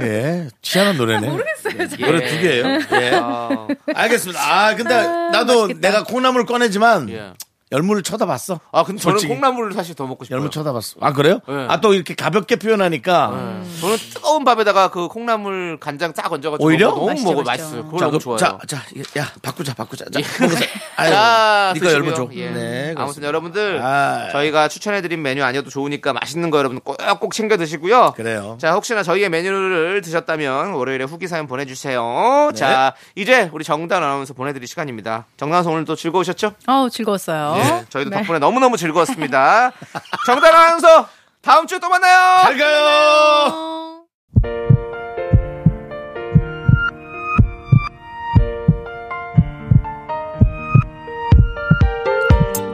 예, 희한한 노래네. 모르겠어요. 노래 두 개예요. 예. 아, 알겠습니다. 아 근데 나도 내가 콩나물 꺼내지만 예. 열무를 쳐다봤어. 아, 근데 저는 솔직히. 콩나물을 사실 더 먹고 싶어요. 열무 쳐다봤어. 아 그래요? 예. 아 또 이렇게 가볍게 표현하니까. 예. 저는 뜨거운 밥에다가 그 콩나물 간장 쫙 얹어가지고 오히려? 너무 맛있죠, 먹어 맛있죠. 맛있어요. 그걸 너무 그럼 좋아요. 예. 자, 자, 야, 바꾸자, 바꾸자. 자, 자, 아유, 니가 열무 줘. 드시고요. 예. 네, 아무튼 그렇습니다. 여러분들 아. 저희가 추천해드린 메뉴 아니어도 좋으니까 맛있는 거 여러분 꼭꼭 챙겨 드시고요. 그래요. 자 혹시나 저희의 메뉴를 드셨다면 월요일에 후기 사연 네. 보내주세요. 자 이제 우리 정단 아나운서 보내드릴 시간입니다. 정단 아나운서 오늘도 즐거우셨죠? 어, 즐거웠어요. 예, 저희도 네. 덕분에 너무너무 즐거웠습니다. 정단 아나운서 다음 주에 또 만나요. 잘 가요.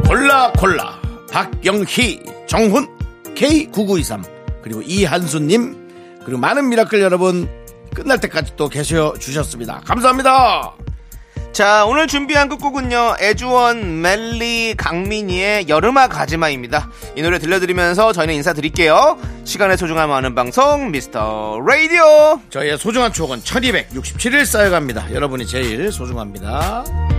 콜라 콜라 박영희 정훈 K9923 그리고 이한수님 그리고 많은 미라클 여러분 끝날 때까지 또 계셔 주셨습니다 감사합니다 자, 오늘 준비한 끝곡은요. 애주원, 멜리, 강민희의 여름아 가지마입니다. 이 노래 들려드리면서 저희는 인사드릴게요. 시간의 소중함 아는 방송 미스터 라디오. 저희의 소중한 추억은 1267일 쌓여갑니다 여러분이 제일 소중합니다